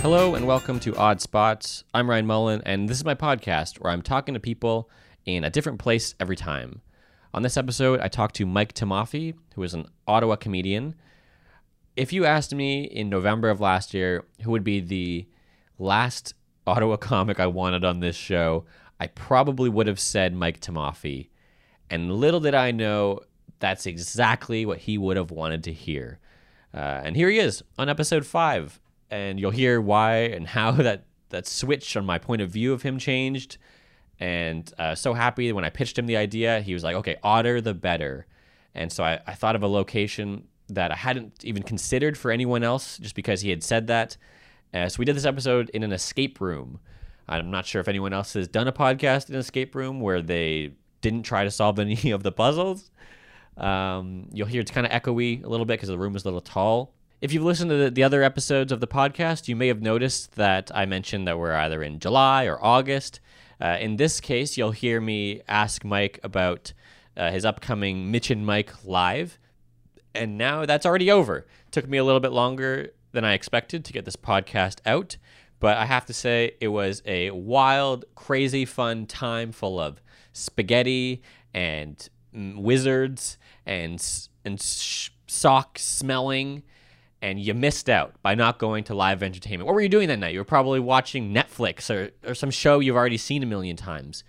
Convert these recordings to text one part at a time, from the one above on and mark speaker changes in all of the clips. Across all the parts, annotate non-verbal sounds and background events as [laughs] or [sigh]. Speaker 1: Hello and welcome to Odd Spots. I'm Ryan Mullen, and this is my podcast where I'm talking to people in a different place every time. On this episode, I talked to Mike Timofey, who is an Ottawa comedian. If you asked me in November of last year who would be the last Ottawa [laughs] comic I wanted on this show, I probably would have said Mike Timofey. And little did I know, that's exactly what he would have wanted to hear. Uh, and here he is on episode five, and you'll hear why and how [laughs] that that switch on my point of view of him changed. And uh, so happy that when I pitched him the idea, he was like, "Okay, otter the better." And so I, I thought of a location that I hadn't even considered for anyone else, just because he had said that. Uh, so we did this episode in an escape room. I'm not sure if anyone else has done a podcast in an escape room where they didn't try to solve [laughs] any of the puzzles. Um, you'll hear it's kind of echoey a little bit because the room is a little tall. If you've listened to the, the other episodes of the podcast, you may have noticed that I mentioned that we're either in July or August. Uh, in this case, you'll hear me ask Mike about uh, his upcoming Mitch and Mike live. And now that's already over. Took me a little bit longer than I expected to get this podcast out, but I have to say it was a wild, crazy, fun time full of spaghetti and mm, wizards and s- and sh- sock smelling. And you missed out by not going to live entertainment. What were you doing that night? You were probably watching Netflix or, or some show you've already seen a million times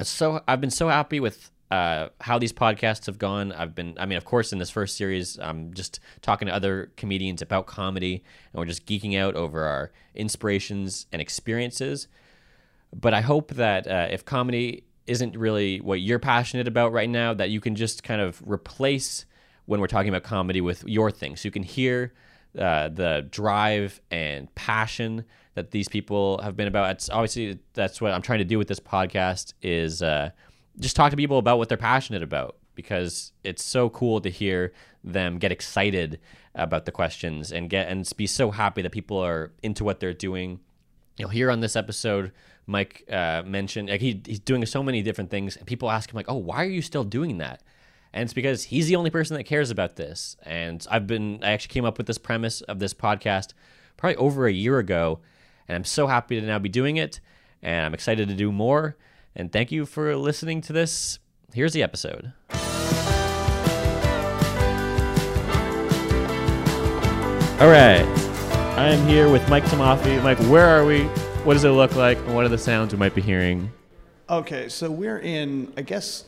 Speaker 1: so I've been so happy with uh, how these podcasts have gone. I've been, I mean, of course, in this first series, I'm just talking to other comedians about comedy, and we're just geeking out over our inspirations and experiences. But I hope that uh, if comedy isn't really what you're passionate about right now, that you can just kind of replace when we're talking about comedy with your thing, so you can hear uh, the drive and passion that these people have been about. It's obviously that's what I'm trying to do with this podcast is uh, just talk to people about what they're passionate about because it's so cool to hear them get excited about the questions and get and be so happy that people are into what they're doing. You'll hear on this episode, Mike uh, mentioned like he, he's doing so many different things, and people ask him like, "Oh, why are you still doing that?" And it's because he's the only person that cares about this. And I've been I actually came up with this premise of this podcast probably over a year ago, and I'm so happy to now be doing it, and I'm excited to do more. And thank you for listening to this. Here's the episode. All right. I am here with Mike Tamafi. Mike, where are we? What does it look like? And what are the sounds we might be hearing?
Speaker 2: Okay, so we're in, I guess,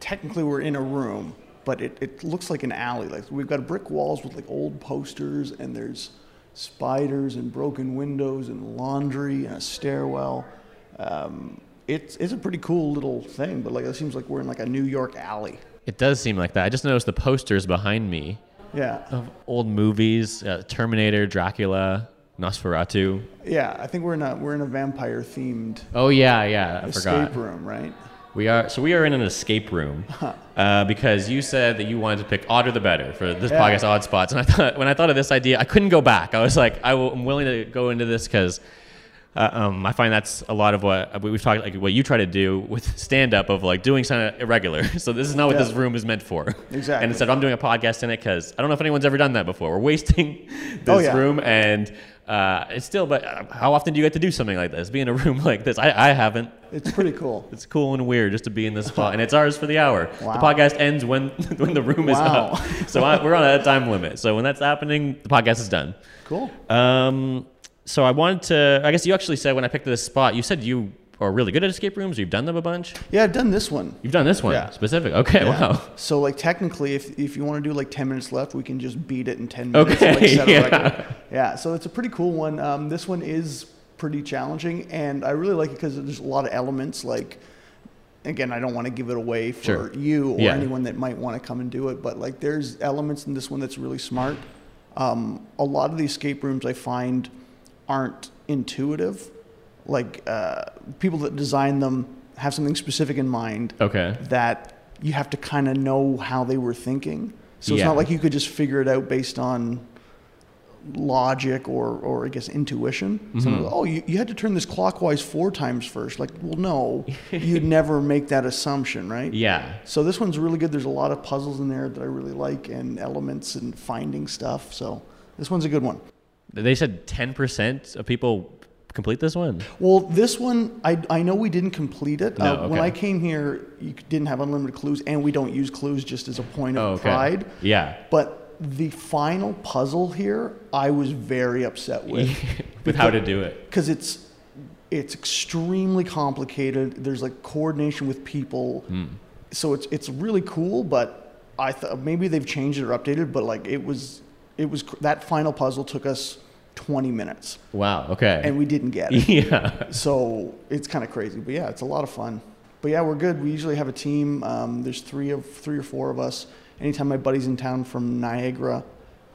Speaker 2: technically we're in a room, but it, it looks like an alley. Like we've got brick walls with like old posters, and there's spiders and broken windows and laundry and a stairwell. Um, it's it's a pretty cool little thing, but like it seems like we're in like a New York alley.
Speaker 1: It does seem like that. I just noticed the posters behind me
Speaker 2: Yeah,
Speaker 1: of old movies uh, Terminator, Dracula, Nosferatu.
Speaker 2: yeah. I think we're in a we're in a vampire themed
Speaker 1: Oh, yeah, yeah. I forgot.
Speaker 2: escape room, right?
Speaker 1: We are so we are in an escape
Speaker 2: [laughs]
Speaker 1: room uh, because you said that you wanted to pick odder the better for this
Speaker 2: Yeah.
Speaker 1: podcast odd spots, and I thought when I thought of this idea, I couldn't go back. I was like, I will, I'm willing to go into this because uh, um, I find that's a lot of what uh, we- we've talked like what you try to do with stand up of like doing something irregular. [laughs] So this is not what
Speaker 2: Yeah.
Speaker 1: this room is meant for.
Speaker 2: Exactly.
Speaker 1: And instead, I'm doing a podcast in it because I don't know if anyone's ever done that before. We're wasting [laughs] this
Speaker 2: Oh, yeah.
Speaker 1: room and. Uh, it's still, but uh, how often do you get to do something like this? Be in a room [laughs] like this? I, I haven't.
Speaker 2: It's
Speaker 1: [laughs]
Speaker 2: pretty cool.
Speaker 1: It's cool and weird just to be in this spot, and it's ours for the hour. The
Speaker 2: Wow.
Speaker 1: podcast ends when [laughs] when the room is
Speaker 2: Wow.
Speaker 1: up, [laughs] so I, we're on a time limit. So when that's happening, the podcast is done.
Speaker 2: Cool.
Speaker 1: Um, so I wanted to. I guess you actually said when I picked this spot, you said you are really good at escape rooms. You've done them a bunch.
Speaker 2: Yeah, I've done this one.
Speaker 1: You've done this one
Speaker 2: Yeah.
Speaker 1: specific. Okay, wow.
Speaker 2: So like technically, if, if you want to do like ten minutes left, we can just beat it in ten minutes.
Speaker 1: Okay,
Speaker 2: and, like, set a
Speaker 1: yeah.
Speaker 2: record. yeah. So it's a pretty cool one. Um, this one is pretty challenging, and I really like it because there's a lot of elements. Like, again, I don't want to give it away for
Speaker 1: Sure.
Speaker 2: you or
Speaker 1: Yeah.
Speaker 2: anyone that might want to come and do it, but like there's elements in this one that's really smart. Um, a lot of the escape rooms I find aren't intuitive. Like uh, people that design them have something specific in mind
Speaker 1: Okay.
Speaker 2: that you have to kind of know how they were thinking. So it's
Speaker 1: Yeah.
Speaker 2: not like you could just figure it out based on logic or, or I guess intuition.
Speaker 1: Mm-hmm.
Speaker 2: Someone goes, oh, you, you had to turn this clockwise four times first. Like, well, no, you'd [laughs] never make that assumption, right?
Speaker 1: Yeah.
Speaker 2: So this one's really good. There's a lot of puzzles in there that I really like and elements and finding stuff. So this one's a good one.
Speaker 1: They said 10% of people complete this one.
Speaker 2: Well, this one, I, I know we didn't complete it. Uh,
Speaker 1: No,
Speaker 2: When
Speaker 1: okay.
Speaker 2: I came here, you c- didn't have unlimited clues, and we don't use clues just as a point of
Speaker 1: Oh, okay.
Speaker 2: pride. [laughs]
Speaker 1: Yeah.
Speaker 2: But the final puzzle here, I was very upset with.
Speaker 1: [laughs] With how to do it.
Speaker 2: because it's it's extremely complicated. There's like coordination with people, so it's it's really cool. But I thought maybe they've changed it or updated, but like it was it was cr- that final puzzle took us 20 minutes
Speaker 1: Wow. Okay.
Speaker 2: and we didn't get
Speaker 1: [laughs]
Speaker 2: it.
Speaker 1: yeah.
Speaker 2: so it's kind of crazy, but yeah, it's a lot of fun. But yeah, we're good. We usually have a team. Um, there's three of three or four of us. Anytime my buddy's in town from Niagara,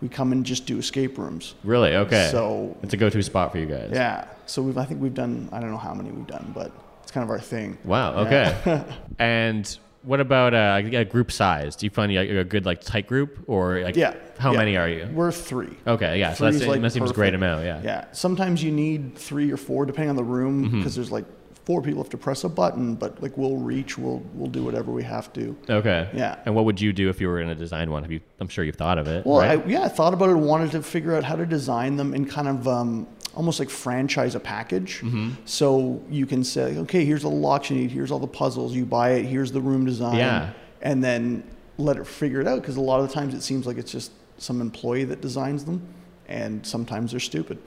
Speaker 2: we come and just do escape rooms.
Speaker 1: Really? Okay.
Speaker 2: So
Speaker 1: it's a go-to spot for you guys.
Speaker 2: yeah. So we've, I think we've done, I don't know how many we've done, but it's kind of our thing.
Speaker 1: Wow. Okay.
Speaker 2: [laughs]
Speaker 1: and what about uh, a group size? Do you find like, a good like tight group or like
Speaker 2: Yeah.
Speaker 1: how
Speaker 2: yeah.
Speaker 1: many are you?
Speaker 2: We're three.
Speaker 1: Okay. Yeah. So that's,
Speaker 2: Three's, like,
Speaker 1: that seems a great
Speaker 2: perfect.
Speaker 1: amount. Yeah.
Speaker 2: Yeah. Sometimes you need three or four, depending on the room,
Speaker 1: Mm-hmm.
Speaker 2: because there's like four people have to press a button, but like we'll reach, we'll, we'll do whatever we have to.
Speaker 1: Okay.
Speaker 2: Yeah.
Speaker 1: And what would you do if you were going to design one? Have you? I'm sure you've thought of it.
Speaker 2: Well,
Speaker 1: right?
Speaker 2: I, yeah, I thought about it, wanted to figure out how to design them and kind of um, almost like franchise a package.
Speaker 1: Mm-hmm.
Speaker 2: So you can say, okay, here's all the locks you need, here's all the puzzles, you buy it, here's the room design,
Speaker 1: Yeah.
Speaker 2: and then let it figure it out. Because a lot of the times it seems like it's just some employee that designs them, and sometimes
Speaker 1: [laughs]
Speaker 2: they're stupid.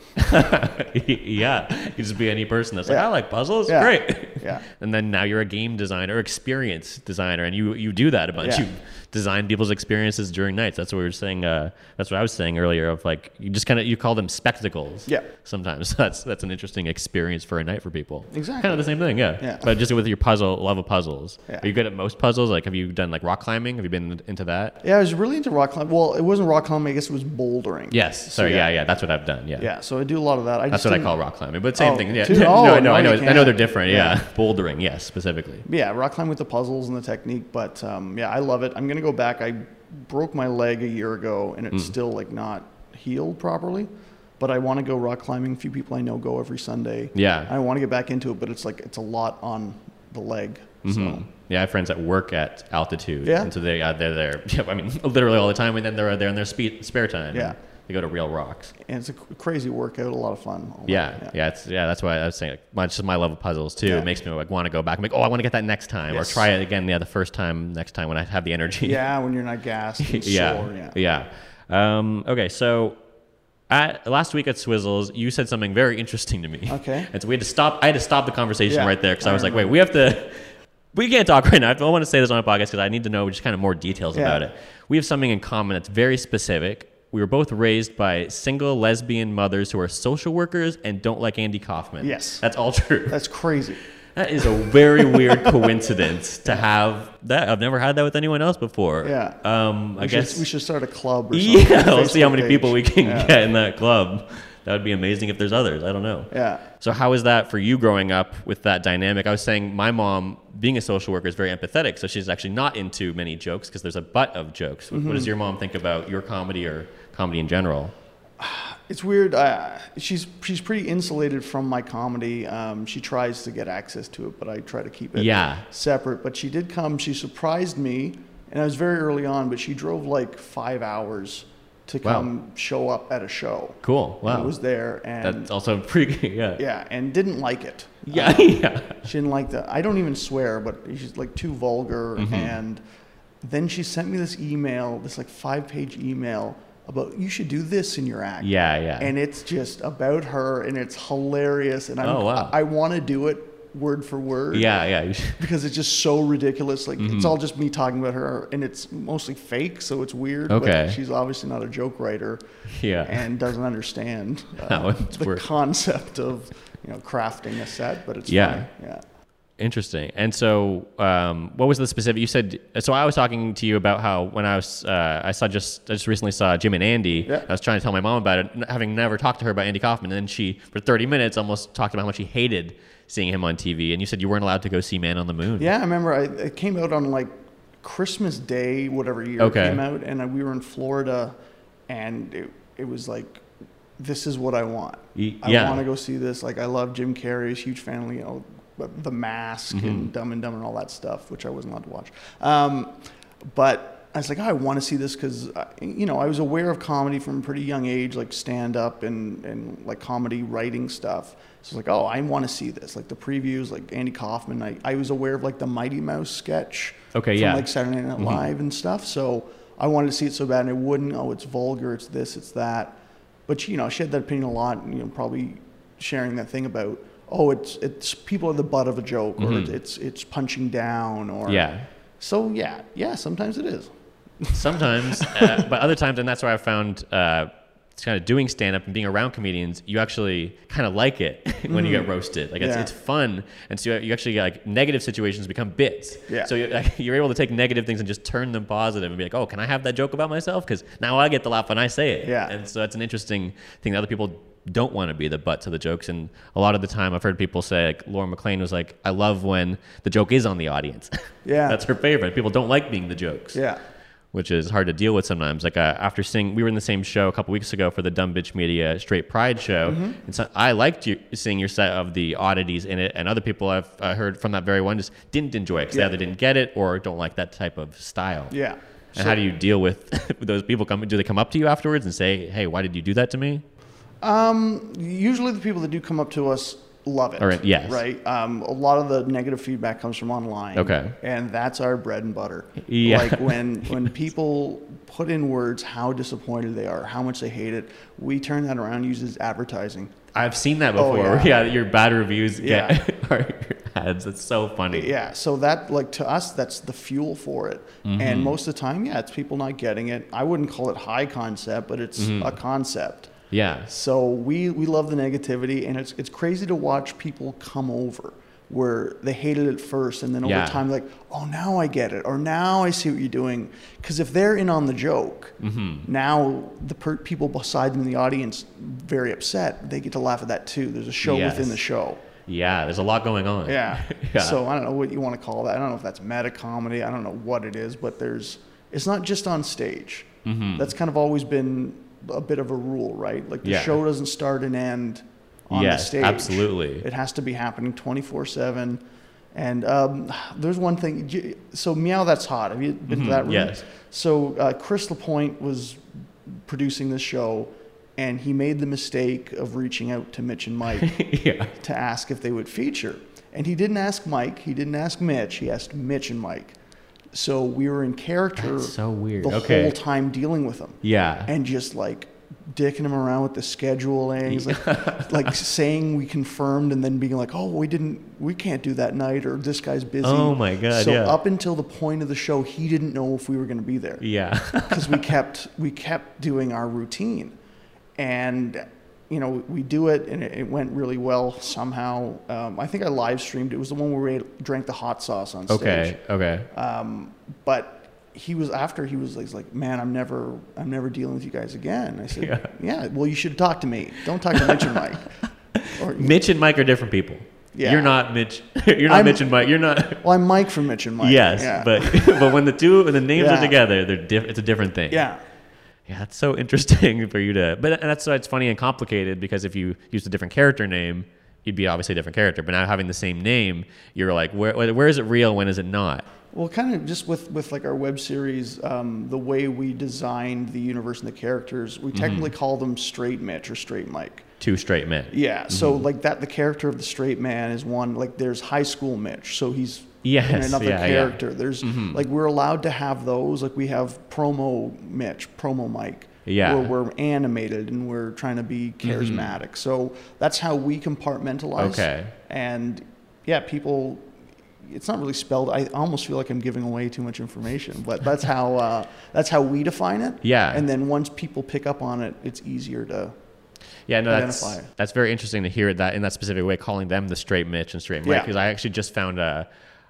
Speaker 1: yeah. You just be any person that's like,
Speaker 2: Yeah.
Speaker 1: I like puzzles.
Speaker 2: Yeah.
Speaker 1: Great.
Speaker 2: [laughs] Yeah.
Speaker 1: And then now you're a game designer, experience designer, and you you do that a bunch.
Speaker 2: Yeah.
Speaker 1: You design people's experiences during nights. That's what we were saying. Uh, that's what I was saying earlier. Of like, you just kind of you call them spectacles.
Speaker 2: Yeah.
Speaker 1: Sometimes [laughs] that's that's an interesting experience for a night for people.
Speaker 2: Exactly.
Speaker 1: Kind of the same thing. Yeah.
Speaker 2: Yeah.
Speaker 1: But just with your puzzle love of puzzles.
Speaker 2: Yeah.
Speaker 1: Are you good at most puzzles? Like, have you done like rock climbing? Have you been into that?
Speaker 2: Yeah, I was really into rock climbing. Well, it wasn't rock climbing, I guess it was bouldering.
Speaker 1: Yes.
Speaker 2: So,
Speaker 1: Sorry. yeah.
Speaker 2: yeah.
Speaker 1: yeah. That's what I've done. Yeah.
Speaker 2: Yeah, so I do a lot of that. I
Speaker 1: That's
Speaker 2: just
Speaker 1: what I
Speaker 2: didn't-
Speaker 1: call rock climbing, but same
Speaker 2: Oh,
Speaker 1: thing. Yeah.
Speaker 2: dude,
Speaker 1: [laughs] no,
Speaker 2: oh,
Speaker 1: I know, I
Speaker 2: no,
Speaker 1: know,
Speaker 2: you
Speaker 1: I know they're
Speaker 2: can't.
Speaker 1: different. Yeah.
Speaker 2: Yeah.
Speaker 1: bouldering, yes, specifically.
Speaker 2: Yeah, rock climbing with the puzzles and the technique, but um, yeah, I love it. I'm gonna go back. I broke my leg a year ago, and it's
Speaker 1: Mm-hmm.
Speaker 2: still like not healed properly. But I want to go rock climbing. A few people I know go every Sunday.
Speaker 1: Yeah.
Speaker 2: I want to get back into it, but it's like it's a lot on the leg.
Speaker 1: Mm-hmm.
Speaker 2: So
Speaker 1: Yeah, I have friends that work at altitude,
Speaker 2: Yeah.
Speaker 1: and so they uh, they're there. [laughs] Yeah, I mean, literally all the time, and then they're there in their spe- spare time.
Speaker 2: Yeah.
Speaker 1: they go to real rocks.
Speaker 2: and it's a c- crazy workout, a lot of fun. All
Speaker 1: Yeah, yeah,
Speaker 2: that,
Speaker 1: it's, yeah. That's why I was saying, like, my, just my love of puzzles too.
Speaker 2: Yeah.
Speaker 1: It makes me like want to go back. I'm like, oh, I want to get that next time,
Speaker 2: Yes.
Speaker 1: or try it again. Yeah, the first time, next time when I have the energy.
Speaker 2: Yeah, when you're not gassed. And
Speaker 1: [laughs] yeah,
Speaker 2: Sore, yeah.
Speaker 1: yeah. Um, okay, so at, last week at Swizzles, you said something very interesting to me.
Speaker 2: Okay.
Speaker 1: [laughs] and so we had to stop. I had to stop the conversation
Speaker 2: Yeah,
Speaker 1: right there because I,
Speaker 2: I
Speaker 1: was like, wait, we have to. [laughs] We can't talk right now. I want to say this on a podcast because I need to know just kind of more details
Speaker 2: Yeah.
Speaker 1: about it. We have something in common that's very specific. We were both raised by single lesbian mothers who are social workers and don't like Andy Kaufman.
Speaker 2: Yes.
Speaker 1: that's all true. [laughs]
Speaker 2: That's crazy.
Speaker 1: That is a very weird coincidence to have that. I've never had that with anyone else before.
Speaker 2: Yeah.
Speaker 1: Um, I
Speaker 2: we
Speaker 1: guess
Speaker 2: Should, we should start a club or
Speaker 1: [laughs]
Speaker 2: something.
Speaker 1: yeah,
Speaker 2: a
Speaker 1: we'll see how
Speaker 2: Facebook
Speaker 1: many people we
Speaker 2: page.
Speaker 1: can
Speaker 2: Yeah.
Speaker 1: get in that club. That would be amazing if there's others. I don't know.
Speaker 2: Yeah.
Speaker 1: So how is that for you growing up with that dynamic? I was saying my mom, being a social worker, is very empathetic, so she's actually not into many jokes because there's a butt of jokes. What-
Speaker 2: Mm-hmm.
Speaker 1: What does your mom think about your comedy or comedy in general?
Speaker 2: It's weird. Uh, she's she's pretty insulated from my comedy. Um, she tries to get access to it, but I try to keep it
Speaker 1: Yeah.
Speaker 2: separate. But she did come. She surprised me, and I was very early on. But she drove like five hours to
Speaker 1: Wow.
Speaker 2: come show up at a show.
Speaker 1: Cool.
Speaker 2: I
Speaker 1: Wow.
Speaker 2: was there, and
Speaker 1: That's also [laughs] pretty. Yeah.
Speaker 2: yeah, and didn't like it. Uh,
Speaker 1: Yeah. yeah. [laughs]
Speaker 2: She didn't like that. I don't even swear, but she's like too vulgar.
Speaker 1: Mm-hmm.
Speaker 2: And then she sent me this email, this like five page email about you should do this in your act.
Speaker 1: Yeah, yeah.
Speaker 2: And it's just about her and it's hilarious. And I'm,
Speaker 1: Oh, wow.
Speaker 2: I, want to do it word for word.
Speaker 1: Yeah. [laughs] Mm-hmm. Yeah.
Speaker 2: Because it's just so ridiculous. Like it's all just me talking about her and it's mostly fake. So it's weird.
Speaker 1: Okay.
Speaker 2: But she's obviously not a joke writer
Speaker 1: Yeah.
Speaker 2: and
Speaker 1: [laughs]
Speaker 2: doesn't understand uh,
Speaker 1: How it's
Speaker 2: the
Speaker 1: work-
Speaker 2: concept of, you know, crafting a set, but it's
Speaker 1: Yeah.
Speaker 2: funny. Yeah.
Speaker 1: Interesting. And so, um, what was the specific? You said so. I was talking to you about how when I was, uh, I saw just I just recently saw Jim and Andy.
Speaker 2: Yeah.
Speaker 1: I was trying to tell my mom about it, n- having never talked to her about Andy Kaufman. And then she, for thirty minutes, almost talked about how much she hated seeing him on TV. And you said you weren't allowed to go see Man on the Moon.
Speaker 2: Yeah, I remember I, it came out on like Christmas Day, whatever year
Speaker 1: Okay.
Speaker 2: it came out, and I, we were in Florida, and it, it was like, this is what I want.
Speaker 1: Y-
Speaker 2: I
Speaker 1: yeah.
Speaker 2: want to go see this. Like, I love Jim Carrey's huge fan, oh, you know,
Speaker 1: Mm-hmm.
Speaker 2: but The Mask and Dumb and Dumb and all that stuff, which I wasn't allowed to watch. Um, but I was like, oh, I want to see this because, you know, I was aware of comedy from a pretty young age, like stand up and, and like comedy writing stuff. So I was like, oh, I want to see this. Like the previews, like Andy Kaufman. I, I was aware of like the Mighty Mouse sketch.
Speaker 1: Okay,
Speaker 2: from,
Speaker 1: yeah.
Speaker 2: Like Saturday Night
Speaker 1: Mm-hmm.
Speaker 2: Live and stuff. So I wanted to see it so bad and I wouldn't. Oh, it's vulgar. It's this, it's that. But, she- you know, she had that opinion a lot and, you know, probably sharing that thing about, oh, it's, it's people are the butt of a joke or it's, it's, it's punching down or.
Speaker 1: Mm-hmm. Yeah.
Speaker 2: So yeah, yeah, sometimes it is.
Speaker 1: Sometimes,
Speaker 2: [laughs]
Speaker 1: uh, but other times, and that's where I found uh, kind of doing stand up and being around comedians, you actually kind of like it [laughs] when you get roasted. Like it's,
Speaker 2: Mm-hmm. Yeah.
Speaker 1: it's fun, and so you, you actually like negative situations become bits.
Speaker 2: Yeah.
Speaker 1: So you're, [laughs] like, you're able to take negative things and just turn them positive and be like, oh, can I have that joke about myself? Because now I get the laugh when I say it.
Speaker 2: Yeah.
Speaker 1: And so that's an interesting thing that other people don't want to be the butts of the jokes. And a lot of the time, I've heard people say, like Laura McLean was like, I love when the joke is on the audience. [laughs]
Speaker 2: Yeah.
Speaker 1: that's her favorite. People don't like being the jokes
Speaker 2: Yeah.
Speaker 1: which is hard to deal with sometimes. Like uh, after seeing, we were in the same show a couple weeks ago for the Dumb Bitch Media Straight Pride show,
Speaker 2: Mm-hmm.
Speaker 1: and so I liked you seeing your set of the oddities in it, and other people I've uh, heard from that very one just didn't enjoy it because
Speaker 2: Yeah.
Speaker 1: they either didn't get it or don't like that type of style.
Speaker 2: Yeah.
Speaker 1: And
Speaker 2: So,
Speaker 1: how do you deal with [laughs] those people? Come do they come up to you afterwards and say, "Hey, why did you do that to me?"
Speaker 2: usually the people that do come up to us love it.
Speaker 1: All right, yes.
Speaker 2: Right. Um, a lot of the negative feedback comes from online.
Speaker 1: Okay.
Speaker 2: And that's our bread and butter.
Speaker 1: Yeah. [laughs]
Speaker 2: Like when when people put in words how disappointed they are, how much they hate it, we turn that around and use it as advertising.
Speaker 1: I've seen that
Speaker 2: Oh,
Speaker 1: before. [laughs] yeah.
Speaker 2: yeah.
Speaker 1: your bad reviews
Speaker 2: Yeah.
Speaker 1: get [laughs] are your ads. It's so funny.
Speaker 2: Yeah. So that like to us that's the fuel for it.
Speaker 1: Mm-hmm.
Speaker 2: And most of the time, yeah, it's people not getting it. I wouldn't call it high concept, but it's
Speaker 1: Mm-hmm.
Speaker 2: a concept.
Speaker 1: Yeah.
Speaker 2: So we, we love the negativity, and it's, it's crazy to watch people come over where they hated it first, and then over
Speaker 1: Yeah.
Speaker 2: time, like, oh, now I get it, or now I see what you're doing. Because if they're in on the joke,
Speaker 1: Mm-hmm.
Speaker 2: now the per- people beside them in the audience, very upset, they get to laugh at that too. There's a show
Speaker 1: Yes.
Speaker 2: within the show.
Speaker 1: Yeah. There's a lot going on.
Speaker 2: Yeah.
Speaker 1: Yeah.
Speaker 2: So I don't know what you want to call that. I don't know if that's meta comedy. I don't know what it is, but there's it's not just on stage.
Speaker 1: Mm-hmm.
Speaker 2: That's kind of always been a bit of a rule, right? Like the
Speaker 1: Yeah.
Speaker 2: show doesn't start and end on
Speaker 1: Yes,
Speaker 2: the stage.
Speaker 1: absolutely.
Speaker 2: It has to be happening 24/7. And um, there's one thing. do you- So meow, that's hot. Have you been to that room?
Speaker 1: Mm-hmm. yes.
Speaker 2: So uh, Chris Lapointe was producing this show, and he made the mistake of reaching out to Mitch and
Speaker 1: [laughs] [laughs]
Speaker 2: Mike
Speaker 1: yeah.
Speaker 2: to ask if they would feature. And he didn't ask Mike, he didn't ask Mitch, he asked Mitch and Mike. So we were in character
Speaker 1: That's so weird.
Speaker 2: the
Speaker 1: Okay.
Speaker 2: whole time dealing with him
Speaker 1: Yeah.
Speaker 2: and just like dicking him around with the scheduling, He's
Speaker 1: [laughs]
Speaker 2: like, like saying we confirmed and then being like, oh, we didn't, we can't do that night or this guy's busy.
Speaker 1: Oh my God,
Speaker 2: So
Speaker 1: yeah.
Speaker 2: up until the point of the show, he didn't know if we were going to be there
Speaker 1: yeah. [laughs]
Speaker 2: because we kept we kept doing our routine, and you know we do it and it, it went really well somehow. Um, I think I live streamed. It was the one where we drank the hot sauce on stage. Uh,
Speaker 1: Okay. Okay.
Speaker 2: But he was after he was like, he's like, man, I'm never I'm never dealing with you guys again. I said,
Speaker 1: Yeah.
Speaker 2: yeah, well you should talk to me. Don't talk to Mitch
Speaker 1: [laughs]
Speaker 2: and Mike. Or,
Speaker 1: Mitch and Mike are different people.
Speaker 2: Yeah.
Speaker 1: You're not Mitch. [laughs] You're not
Speaker 2: I'm-
Speaker 1: Mitch and Mike. You're not.
Speaker 2: well, I'm Mike from Mitch and
Speaker 1: [laughs]
Speaker 2: Mike.
Speaker 1: yes,
Speaker 2: Yeah.
Speaker 1: but but when the two when the names are
Speaker 2: Yeah.
Speaker 1: together, they're diff- It's a different thing.
Speaker 2: yeah.
Speaker 1: Yeah, that's so interesting [laughs] for you to. But and that's why it's funny and complicated because if you used a different character name, you'd be obviously a different character. But now having the same name, you're like, where where where is it real? When is it not?
Speaker 2: Well, kind of just with, with like our web series, um, the way we designed the universe and the characters, we technically call them straight Mitch or straight Mike.
Speaker 1: Two straight men.
Speaker 2: Yeah. So
Speaker 1: Mm-hmm.
Speaker 2: like that, the character of the straight man is one like there's high school Mitch, so he's in
Speaker 1: Yes,
Speaker 2: another
Speaker 1: yeah, Mm-hmm. yeah.
Speaker 2: character. There's like we're allowed to have those. Like we have promo Mitch, promo Mike.
Speaker 1: Yeah. Mm-hmm.
Speaker 2: Where we're animated and we're trying to be charismatic. So that's how we compartmentalize.
Speaker 1: Okay.
Speaker 2: And yeah, people. It's not really spelled. I almost feel like I'm giving away too much information, but that's how uh, that's how we define it.
Speaker 1: Yeah.
Speaker 2: And then once people pick up on it, it's easier to
Speaker 1: Yeah, no, that's
Speaker 2: identifier.
Speaker 1: that's very interesting to hear it that in that specific way, calling them the straight Mitch and straight Mike.
Speaker 2: Yeah.
Speaker 1: Because I actually just found a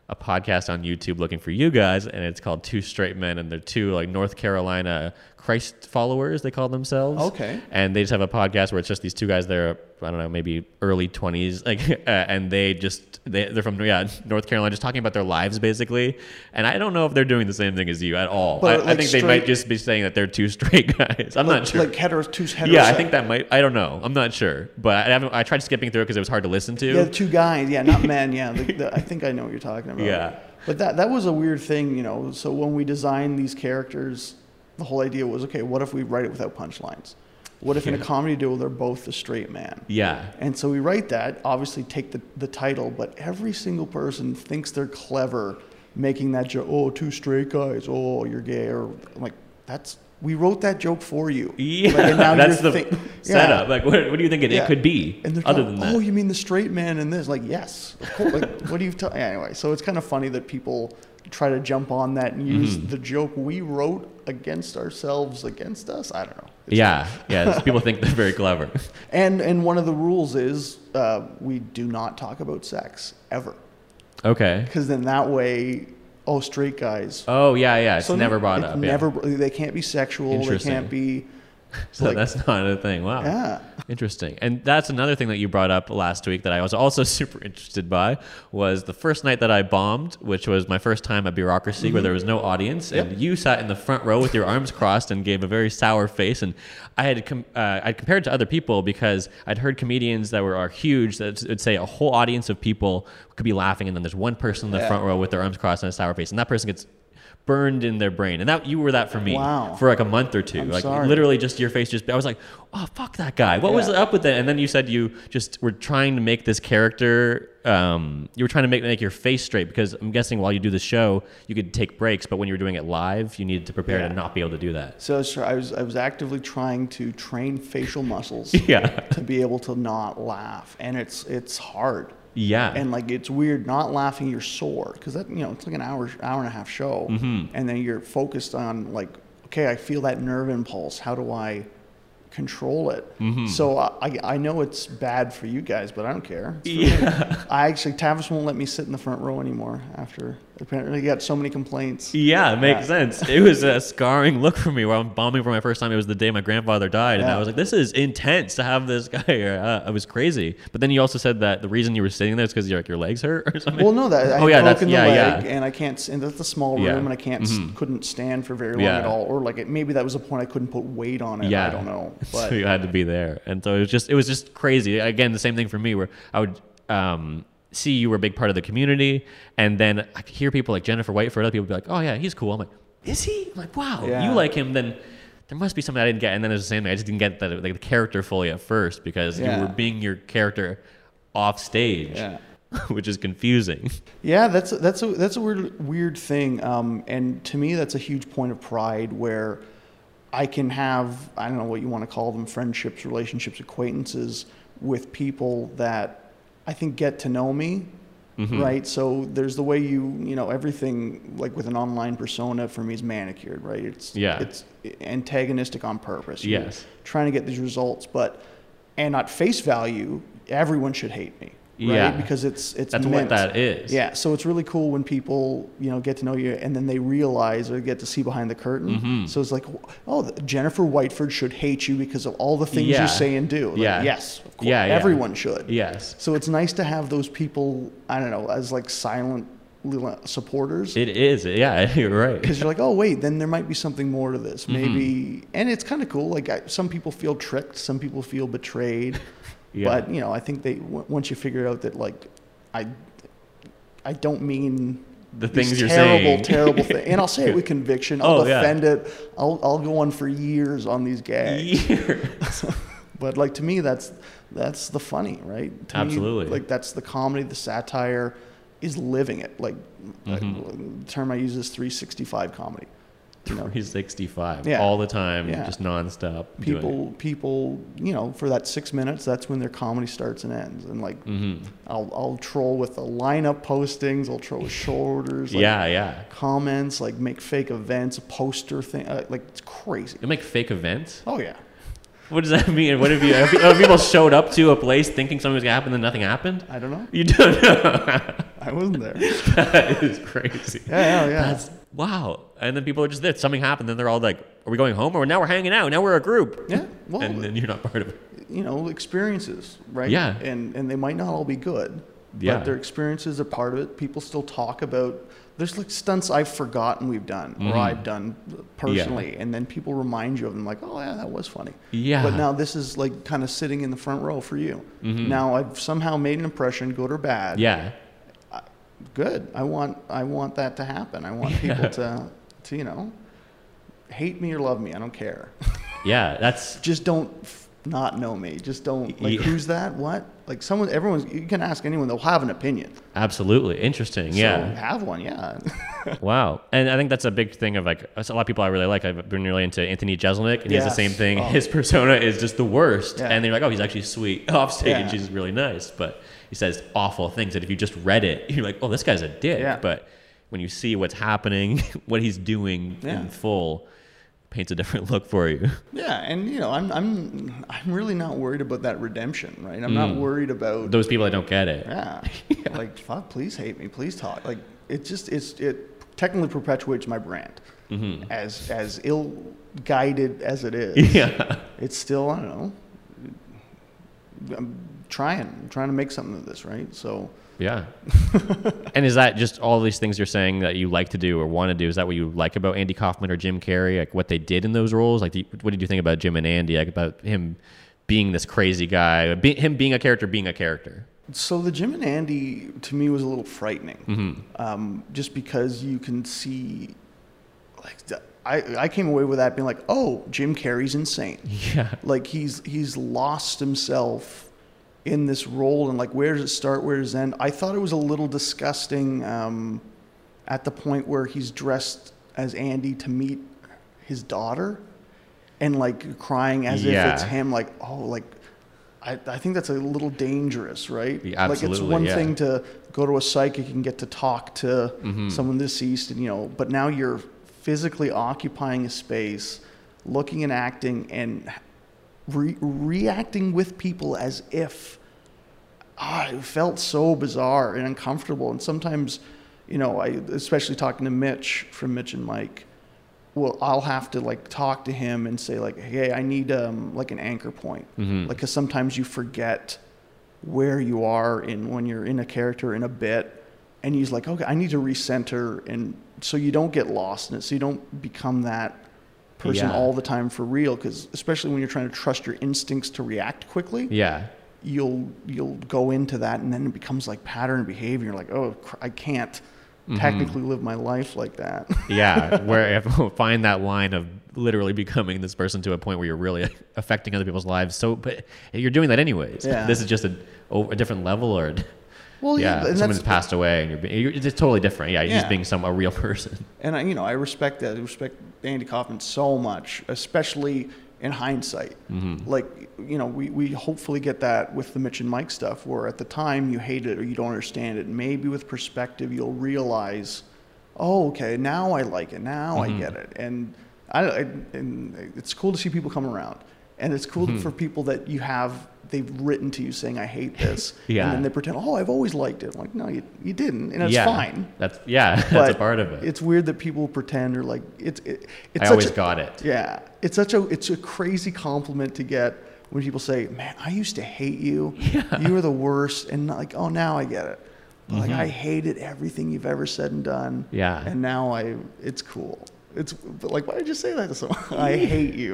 Speaker 1: a podcast on YouTube looking for you guys, and it's called Two Straight Men, and they're two like North Carolina Christ followers they call themselves.
Speaker 2: Okay.
Speaker 1: and they just have a podcast where it's just these two guys. They're I don't know, maybe early 20s, [laughs] like, uh, and they just they, they're from yeah North Carolina, just talking about their lives basically. And I don't know if they're doing the same thing as you at all.
Speaker 2: But,
Speaker 1: I, I
Speaker 2: like,
Speaker 1: think they might
Speaker 2: straight-
Speaker 1: just be saying that they're two [laughs] straight guys. I'm not
Speaker 2: Like-
Speaker 1: sure.
Speaker 2: Like hetero, two heterosexual.
Speaker 1: yeah, I think that might. I don't know. I'm not sure, but I haven't. I tried skipping through it because it was hard to listen to.
Speaker 2: Yeah, two guys.
Speaker 1: [laughs]
Speaker 2: Yeah, not men. Yeah, the, the, I think I know what you're talking about.
Speaker 1: Yeah.
Speaker 2: But that that was a weird thing, you know. So when we designed these characters, the whole idea was, okay, what if we write it without punchlines? What if in a comedy duo they're both the straight man?
Speaker 1: yeah.
Speaker 2: And so we write that, obviously take the, the title, but every single person thinks they're clever making that joke, oh, two straight guys, oh, you're gay, or I'm like, that's, we wrote that joke for you.
Speaker 1: Yeah, [laughs]
Speaker 2: Like, and now
Speaker 1: that's the
Speaker 2: you're think- Yeah.
Speaker 1: setup. Like, what, what do you think it,
Speaker 2: Yeah.
Speaker 1: it could be
Speaker 2: And they're
Speaker 1: other
Speaker 2: talking,
Speaker 1: than that?
Speaker 2: oh, you mean the straight man in this? Like, yes. Of course. Like, [laughs] what do you tell? Anyway, so it's kind of funny that people try to jump on that and use
Speaker 1: Mm-hmm.
Speaker 2: the joke we wrote against ourselves against us. I don't know. It's-
Speaker 1: yeah, yeah. People think they're very clever. [laughs]
Speaker 2: And and one of the rules is uh, we do not talk about sex ever,
Speaker 1: Okay.
Speaker 2: because then that way, oh, straight guys.
Speaker 1: Oh yeah, yeah. It's
Speaker 2: So
Speaker 1: never brought
Speaker 2: it's
Speaker 1: up.
Speaker 2: Never. They can't be sexual. They
Speaker 1: Interesting.
Speaker 2: can't be.
Speaker 1: yeah. [laughs] So
Speaker 2: like-
Speaker 1: that's not a thing. Wow.
Speaker 2: Yeah.
Speaker 1: Interesting. And that's another thing that you brought up last week that I was also [laughs] super interested by was the first night that I bombed, which was my first time at bureaucracy where there was no audience, and you sat in the front row with your arms crossed and gave a very sour face. And I had com- uh, I compared to other people because I'd heard comedians that were are huge that would say a whole audience of people could be laughing, and then there's one person in the
Speaker 2: Yeah.
Speaker 1: front row with their arms crossed and a sour face, and that person gets burned in their brain. And that you were that for me
Speaker 2: Wow.
Speaker 1: for like a month or 2
Speaker 2: I'm
Speaker 1: like
Speaker 2: sorry.
Speaker 1: literally just your face just i was like oh fuck that guy what was
Speaker 2: Yeah.
Speaker 1: up with that and then you said you just were trying to make this character um, you were trying to make, make your face straight because i'm guessing while you do the show you could take breaks but when you were doing it live you needed to prepare
Speaker 2: Yeah.
Speaker 1: to not be able to do that [laughs]
Speaker 2: So, so I was I was actively trying to train facial
Speaker 1: [laughs]
Speaker 2: muscles.
Speaker 1: yeah
Speaker 2: to be able to not laugh and it's it's hard
Speaker 1: yeah
Speaker 2: and like it's weird not laughing you're sore because that you know it's like an hour hour and a half show and then you're focused on like okay i feel that nerve impulse how do i control it so I, I i know it's bad for you guys but i don't care It's for me. i actually tavis won't let me sit in the front row anymore after apparently he got so many complaints
Speaker 1: yeah, it makes
Speaker 2: Yeah.
Speaker 1: sense. It was a scarring look for me. Where I'm bombing for my first time. It was the day my grandfather died, and
Speaker 2: Yeah.
Speaker 1: I was like, "This is intense to have this guy here." Uh, it was crazy. But then you also said that the reason you were sitting there is because like your legs hurt or something.
Speaker 2: Well, no, that I
Speaker 1: Oh, yeah,
Speaker 2: had
Speaker 1: that's-
Speaker 2: broken the
Speaker 1: yeah, yeah.
Speaker 2: leg, and I can't. s- And that's a small room,
Speaker 1: Yeah. Mm-hmm.
Speaker 2: and I can't s- couldn't stand for very long
Speaker 1: Yeah.
Speaker 2: at all. Or like it, maybe that was a point I couldn't put weight on it. I don't
Speaker 1: [laughs]
Speaker 2: know. But
Speaker 1: so you had to be there, and so it was just it was just crazy. Again, the same thing for me, where I would um, see you were a big part of the community, and then I could hear people like Jennifer Whiteford, other people be like, "Oh yeah, he's cool." I'm like, "Is he?" I'm like, "Wow,
Speaker 2: Yeah.
Speaker 1: you like him?" Then there must be something I didn't get, and then it's the same thing. I just didn't get the, like, the character fully at first because
Speaker 2: Yeah.
Speaker 1: you were being your character off stage,
Speaker 2: Yeah.
Speaker 1: [laughs] which is confusing.
Speaker 2: Yeah, that's a, that's a that's a weird weird thing, um, and to me, that's a huge point of pride where I can have I don't know what you want to call them friendships, relationships, acquaintances with people that I think get to know me,
Speaker 1: Mm-hmm.
Speaker 2: right? So there's the way you you know everything like with an online persona for me is manicured, right? It's
Speaker 1: Yeah.
Speaker 2: it's antagonistic on purpose. You're
Speaker 1: Yes.
Speaker 2: trying to get these results, but and at face value, everyone should hate me. Right?
Speaker 1: Yeah.
Speaker 2: because it's
Speaker 1: [laughs]
Speaker 2: it's
Speaker 1: That's what
Speaker 2: meant.
Speaker 1: that is.
Speaker 2: Yeah, so it's really cool when people you know get to know you and then they realize or get to see behind the curtain.
Speaker 1: Mm-hmm.
Speaker 2: So it's like, oh, Jennifer Whiteford should hate you because of all the things
Speaker 1: Yeah.
Speaker 2: you say and do. Like,
Speaker 1: Yeah.
Speaker 2: Yes, of course.
Speaker 1: Yeah, yeah.
Speaker 2: Everyone should.
Speaker 1: Yes.
Speaker 2: So it's nice to have those people. I don't know, as like silent li- supporters.
Speaker 1: It is. Yeah, [laughs] you're right.
Speaker 2: because you're like, oh wait, then there might be something more to this,
Speaker 1: Mm-hmm.
Speaker 2: maybe. And it's kind of cool. Like I, some people feel tricked, some people feel betrayed,
Speaker 1: [laughs] Yeah.
Speaker 2: but you know, I think they w- once you figure out that like I, I don't mean
Speaker 1: The
Speaker 2: these
Speaker 1: things you're
Speaker 2: terrible,
Speaker 1: saying.
Speaker 2: terrible thing. And I'll
Speaker 1: [laughs]
Speaker 2: say it with conviction. I'll
Speaker 1: Oh, yeah.
Speaker 2: defend it. I'll I'll go on for years on
Speaker 1: [laughs]
Speaker 2: these gags. But like to me, that's that's the funny, right? To me,
Speaker 1: Absolutely.
Speaker 2: like that's the comedy, the satire, is living it. Like
Speaker 1: Mm-hmm.
Speaker 2: the term I use is 365 comedy. You know,
Speaker 1: 365
Speaker 2: Yeah.
Speaker 1: all the time,
Speaker 2: Yeah.
Speaker 1: just nonstop. doing it.
Speaker 2: people people you know for that six minutes, that's when their comedy starts and ends. And like
Speaker 1: Mm. Mm-hmm.
Speaker 2: I'll I'll troll with the lineup postings. I'll troll with shoulders. Like,
Speaker 1: yeah, yeah.
Speaker 2: Comments like make fake events, poster thing. Uh, like it's crazy.
Speaker 1: You make fake events.
Speaker 2: Oh yeah.
Speaker 1: What does that [laughs] mean? What if you have have people showed up to a place thinking something was gonna happen, then nothing happened?
Speaker 2: I don't know.
Speaker 1: You [laughs] don't know.
Speaker 2: I
Speaker 1: [laughs]
Speaker 2: wasn't there. Yeah,
Speaker 1: that is crazy.
Speaker 2: yeah, yeah.
Speaker 1: That's wow. And then people are just there. Something happened. Then they're all like, "Are we going home? Or now we're hanging out? Now we're a group."
Speaker 2: yeah. Well,
Speaker 1: and then you're not part of it.
Speaker 2: you know experiences, right?
Speaker 1: Yeah.
Speaker 2: And and they might not all be good, but
Speaker 1: Yeah.
Speaker 2: their experiences are part of it. People still talk about. There's like stunts I've forgotten we've done
Speaker 1: Mm-hmm.
Speaker 2: or I've done personally, and then people remind you of them, like, oh yeah, that was funny.
Speaker 1: Yeah.
Speaker 2: But now this is like kind of sitting in the front row for you.
Speaker 1: Mm-hmm.
Speaker 2: Now I've somehow made an impression, good or bad.
Speaker 1: Yeah.
Speaker 2: Good. I want I want that to happen. I want people to to you know hate me or love me. I
Speaker 1: [laughs]
Speaker 2: don't care.
Speaker 1: Yeah. That's
Speaker 2: just don't f- not know me. Just don't like
Speaker 1: Yeah.
Speaker 2: who's that? What? Like someone, everyone's. You can ask anyone; they'll have an opinion.
Speaker 1: absolutely interesting.
Speaker 2: So
Speaker 1: Yeah.
Speaker 2: have one. Yeah, [laughs]
Speaker 1: Wow. And I think that's a big thing of like that's a lot of people I really like. I've been really into Anthony Jeselnik, and he's the
Speaker 2: Yes.
Speaker 1: same thing.
Speaker 2: Oh.
Speaker 1: His persona is just the worst.
Speaker 2: Yeah.
Speaker 1: And they're like, oh, he's actually sweet [laughs] off stage, and
Speaker 2: Yeah.
Speaker 1: she's really nice. But he says awful things that if you just read it, [laughs] you're like, oh, this guy's a dick.
Speaker 2: Yeah.
Speaker 1: But when you see what's happening, [laughs] what he's doing
Speaker 2: Yeah.
Speaker 1: in full, paints a different [laughs] look for
Speaker 2: [laughs]
Speaker 1: you.
Speaker 2: yeah. And you know, I'm I'm I'm really not worried about that redemption, right? I'm
Speaker 1: Mm.
Speaker 2: not worried about
Speaker 1: Those people that don't get it. [laughs]
Speaker 2: yeah. Like fuck, please hate me, please talk. Like it just it's it technically perpetuates my brand as as ill guided as it is.
Speaker 1: Mm-hmm. [laughs] Yeah.
Speaker 2: It's still I don't know. I'm trying, I'm trying to make something of this, right? So.
Speaker 1: Yeah. [laughs] and is that just all these things you're saying that you like to do or want to do? Is that what you like about Andy Kaufman or Jim Carrey? Like what they did in those roles? Like, do you- what did you think about Jim and Andy? Like about him being this crazy guy, be, him being a character, being a character.
Speaker 2: So the Jim and Andy to me was a little frightening, um, just because you can see, like, the- I I came away with that being like, oh, Jim Carrey's insane,
Speaker 1: Yeah.
Speaker 2: [laughs] like he's he's lost himself in this role, and like, where does it start? Where does it end? I thought it was a little disgusting um, at the point where he's dressed as Andy to meet his daughter, and like crying as
Speaker 1: Yeah.
Speaker 2: if it's him, like, oh, like. I, I think that's a little dangerous, right?
Speaker 1: Yeah,
Speaker 2: Like it's
Speaker 1: absolutely,
Speaker 2: one
Speaker 1: yeah.
Speaker 2: thing to go to a psychic and get to talk to
Speaker 1: Mm-hmm.
Speaker 2: someone deceased, and you know, but now you're physically occupying a space, looking and acting and re- reacting with people as if ah, it felt so bizarre and uncomfortable. And sometimes, you know, I especially talking to Mitch from Mitch and Mike. Well, I'll have to like talk to him and say like, "Hey, I need um like an anchor point,"
Speaker 1: Mm-hmm.
Speaker 2: like because sometimes you forget where you are in when you're in a character in a bit, and he's like, "Okay, I need to recenter," and so you don't get lost in it, so you don't become that person
Speaker 1: Yeah.
Speaker 2: all the time for real. Because especially when you're trying to trust your instincts to react quickly,
Speaker 1: Yeah.
Speaker 2: you'll you'll go into that and then it becomes like pattern behavior you're like oh cr- i can't technically live my life like that
Speaker 1: Mm-hmm. [laughs] Yeah. where you [laughs] have to find that line of literally becoming this person to a point where you're really [laughs] affecting other people's lives. So, but you're doing that anyways.
Speaker 2: Yeah.
Speaker 1: This is just a, oh, a different level or. a-
Speaker 2: well
Speaker 1: yeah,
Speaker 2: and
Speaker 1: someone's
Speaker 2: that's
Speaker 1: passed away, and you're, being, you're it's totally different. Yeah, you're just
Speaker 2: Yeah.
Speaker 1: being some a real [laughs] person.
Speaker 2: and i you know i respect that i respect andy kaufman so much especially in hindsight
Speaker 1: Mm-hmm.
Speaker 2: like you know we, we hopefully get that with the mitch and mike stuff where at the time you hate it or you don't understand it maybe with perspective you'll realize oh okay now i like it now
Speaker 1: Mm-hmm.
Speaker 2: i get it and I, I and it's cool to see people come around and it's
Speaker 1: Mm-hmm.
Speaker 2: cool for people that you have they've written to you saying i hate this
Speaker 1: [laughs] Yeah.
Speaker 2: and then they pretend oh i've always liked it I'm like no you, you didn't and it's
Speaker 1: yeah,
Speaker 2: fine
Speaker 1: That's yeah, [laughs]
Speaker 2: but
Speaker 1: that's a part of it.
Speaker 2: It's weird that people pretend or like it's it, it's
Speaker 1: I
Speaker 2: such
Speaker 1: always
Speaker 2: a,
Speaker 1: got it.
Speaker 2: Yeah, it's such a it's a crazy compliment to get when people say, "Man, I used to hate you. You were the worst," and not like, "Oh, now I get it." But Like I hated everything you've ever said and done.
Speaker 1: Mm-hmm. Yeah.
Speaker 2: and now I it's cool. It's but like why did you say that to someone? [laughs] I hate you.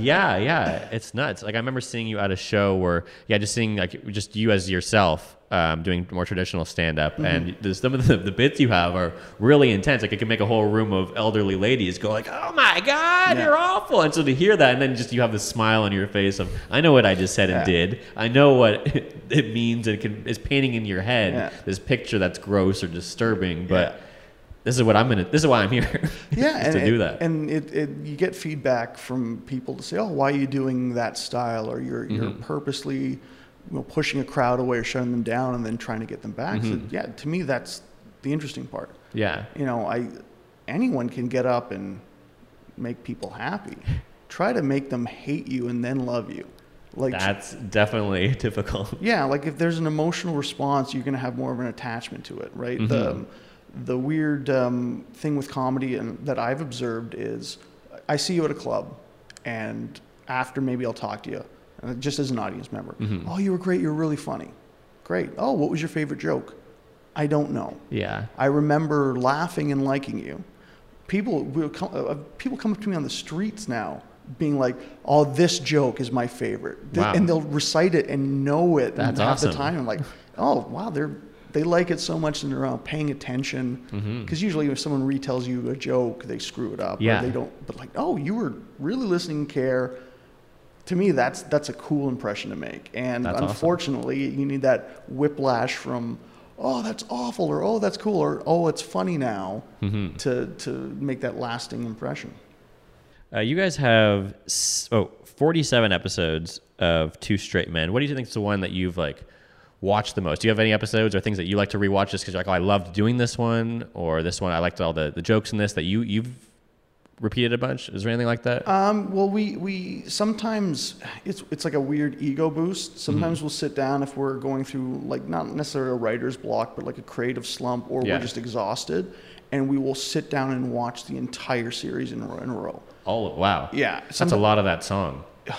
Speaker 1: yeah, yeah, it's nuts. Like I remember seeing you at a show where yeah, just seeing like just you as yourself um, doing more traditional stand up,
Speaker 2: Mm-hmm.
Speaker 1: and the, some of the, the bits you have are really intense. Like it can make a whole room of elderly ladies go like, "Oh my god,
Speaker 2: Yeah.
Speaker 1: you're awful!" And so to hear that, and then just you have this smile on your face of, "I know what I just said and
Speaker 2: Yeah.
Speaker 1: did. I know what [laughs] it means, and it can, it's painting in your head
Speaker 2: Yeah.
Speaker 1: this picture that's gross or disturbing, but."
Speaker 2: Yeah.
Speaker 1: This is what I'm gonna. This is why I'm here.
Speaker 2: yeah,
Speaker 1: [laughs] is
Speaker 2: and,
Speaker 1: to do that.
Speaker 2: And it, it, you get feedback from people to say, "Oh, why are you doing that style?" Or you're you're
Speaker 1: Mm-hmm.
Speaker 2: purposely you know, pushing a crowd away or shutting them down and then trying to get them back. So
Speaker 1: Mm-hmm.
Speaker 2: yeah, to me that's the interesting part.
Speaker 1: yeah.
Speaker 2: You know, I anyone can get up and make people happy. Try to make them hate you and then love you. Like
Speaker 1: That's definitely [laughs] difficult.
Speaker 2: yeah, like if there's an emotional response, you're going to have more of an attachment to it, right? The the weird um, thing with comedy and that I've observed is, I see you at a club, and after maybe I'll talk to you, and uh, just as an audience member. Oh, you were great. You were really funny. Great. Oh, what was your favorite joke? I don't know.
Speaker 1: Yeah.
Speaker 2: I remember laughing and liking you. People will come, uh, people come up to me on the streets now, being like, "Oh, this joke is my favorite," Th-
Speaker 1: Wow.
Speaker 2: and they'll recite it and know it
Speaker 1: That's
Speaker 2: half
Speaker 1: awesome.
Speaker 2: the time. I'm like, "Oh, wow, they're." They like it so much and they're uh, paying attention. Because usually, if someone retells you a joke, they screw it up. or
Speaker 1: Mm-hmm. Yeah.
Speaker 2: they don't. But like, oh, you were really listening, care. To me, that's that's a cool impression to make. And
Speaker 1: That's awesome.
Speaker 2: unfortunately, you need that whiplash from, oh, that's awful, or oh, that's cool, or oh, it's funny now,
Speaker 1: Mm-hmm.
Speaker 2: to to make that lasting impression.
Speaker 1: Uh, you guys have s- oh, 47 episodes of Two Straight Men. What do you think is the one that you've like watched the most? Do you have any episodes or things that you like to rewatch just because you're like, oh, I loved doing this one or this one? I liked all the, the jokes in this that you you've repeated a bunch. Is there anything like that?
Speaker 2: Um, well, we, we sometimes it's it's like a weird ego
Speaker 1: Mm-hmm.
Speaker 2: boost. Sometimes we'll sit down if we're going through like not necessarily a writer's block, but like a creative slump, or
Speaker 1: Yeah.
Speaker 2: we're just exhausted, and we will sit down and watch the entire series in a row. In a row.
Speaker 1: all of, wow.
Speaker 2: Yeah,
Speaker 1: That's a lot of that song.
Speaker 2: [sighs]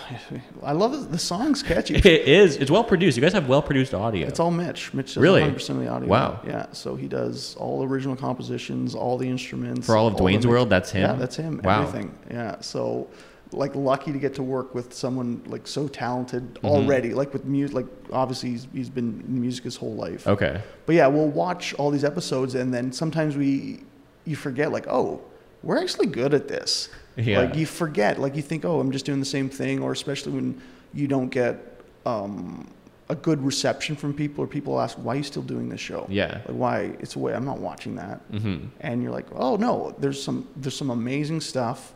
Speaker 2: I love it. the song's catchy.
Speaker 1: [laughs] It is. It's well produced. You guys have well produced audio.
Speaker 2: It's all Mitch. Mitch does
Speaker 1: Really?
Speaker 2: 100 percent of the audio.
Speaker 1: Wow.
Speaker 2: Yeah, so he does all original compositions, all the instruments
Speaker 1: For all of
Speaker 2: the
Speaker 1: Dwayne's
Speaker 2: mix-
Speaker 1: World, that's him?
Speaker 2: Yeah, that's him.
Speaker 1: Wow.
Speaker 2: Everything. Yeah. So, like, lucky to get to work with someone like so talented
Speaker 1: Mm-hmm.
Speaker 2: already. Like with music, like obviously he's, he's been in music his whole life.
Speaker 1: okay.
Speaker 2: But yeah, we'll watch all these episodes, and then sometimes we, you forget, like, oh, we're actually good at this.
Speaker 1: Yeah.
Speaker 2: Like you forget, like you think, oh, I'm just doing the same thing, or especially when you don't get um, a good reception from people, or people ask, why are you still doing this show?
Speaker 1: Yeah. Mm.
Speaker 2: Like why? It's a way I'm not watching that. Mm-hmm. And you're like, oh no, there's some there's some amazing stuff.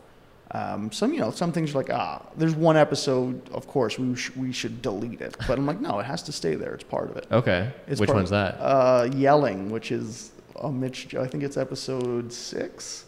Speaker 2: Um, some you know some things you're like ah there's one episode of course we sh- we should delete it but I'm like no it has to stay there it's part of it
Speaker 1: Okay.
Speaker 2: it's
Speaker 1: Which
Speaker 2: part-
Speaker 1: one's that?
Speaker 2: Uh, yelling, which is a Mitch. Jo- I think it's episode six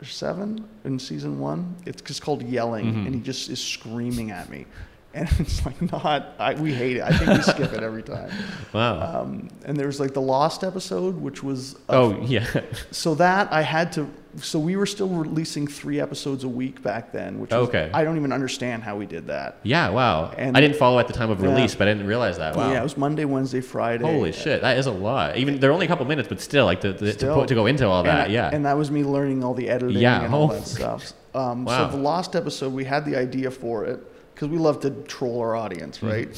Speaker 2: or seven in season one. It's just called yelling,
Speaker 1: Mm-hmm.
Speaker 2: and he just is screaming at me, [laughs] and it's like not. I, we hate it. I think we skip it
Speaker 1: [laughs]
Speaker 2: every time.
Speaker 1: wow.
Speaker 2: Um, and there was like the lost episode, which was a-
Speaker 1: oh, yeah. [laughs]
Speaker 2: so that I had to. So we were still releasing three episodes a week back then, which was,
Speaker 1: Okay.
Speaker 2: I don't even understand how we did that.
Speaker 1: yeah, wow.
Speaker 2: And-
Speaker 1: I didn't follow at the time of
Speaker 2: Yeah.
Speaker 1: release, but I didn't realize that. Wow.
Speaker 2: Yeah, it was Monday, Wednesday, Friday.
Speaker 1: Holy shit, that is a lot. Even they're only a couple minutes, but still, like the, the, to,
Speaker 2: Still.
Speaker 1: put, to go into all that,
Speaker 2: and,
Speaker 1: yeah.
Speaker 2: And that was me learning all the editing
Speaker 1: Yeah,
Speaker 2: and all
Speaker 1: oh.
Speaker 2: that stuff. Um,
Speaker 1: Wow.
Speaker 2: So the last episode, we had the idea for it because we love to troll our audience, right?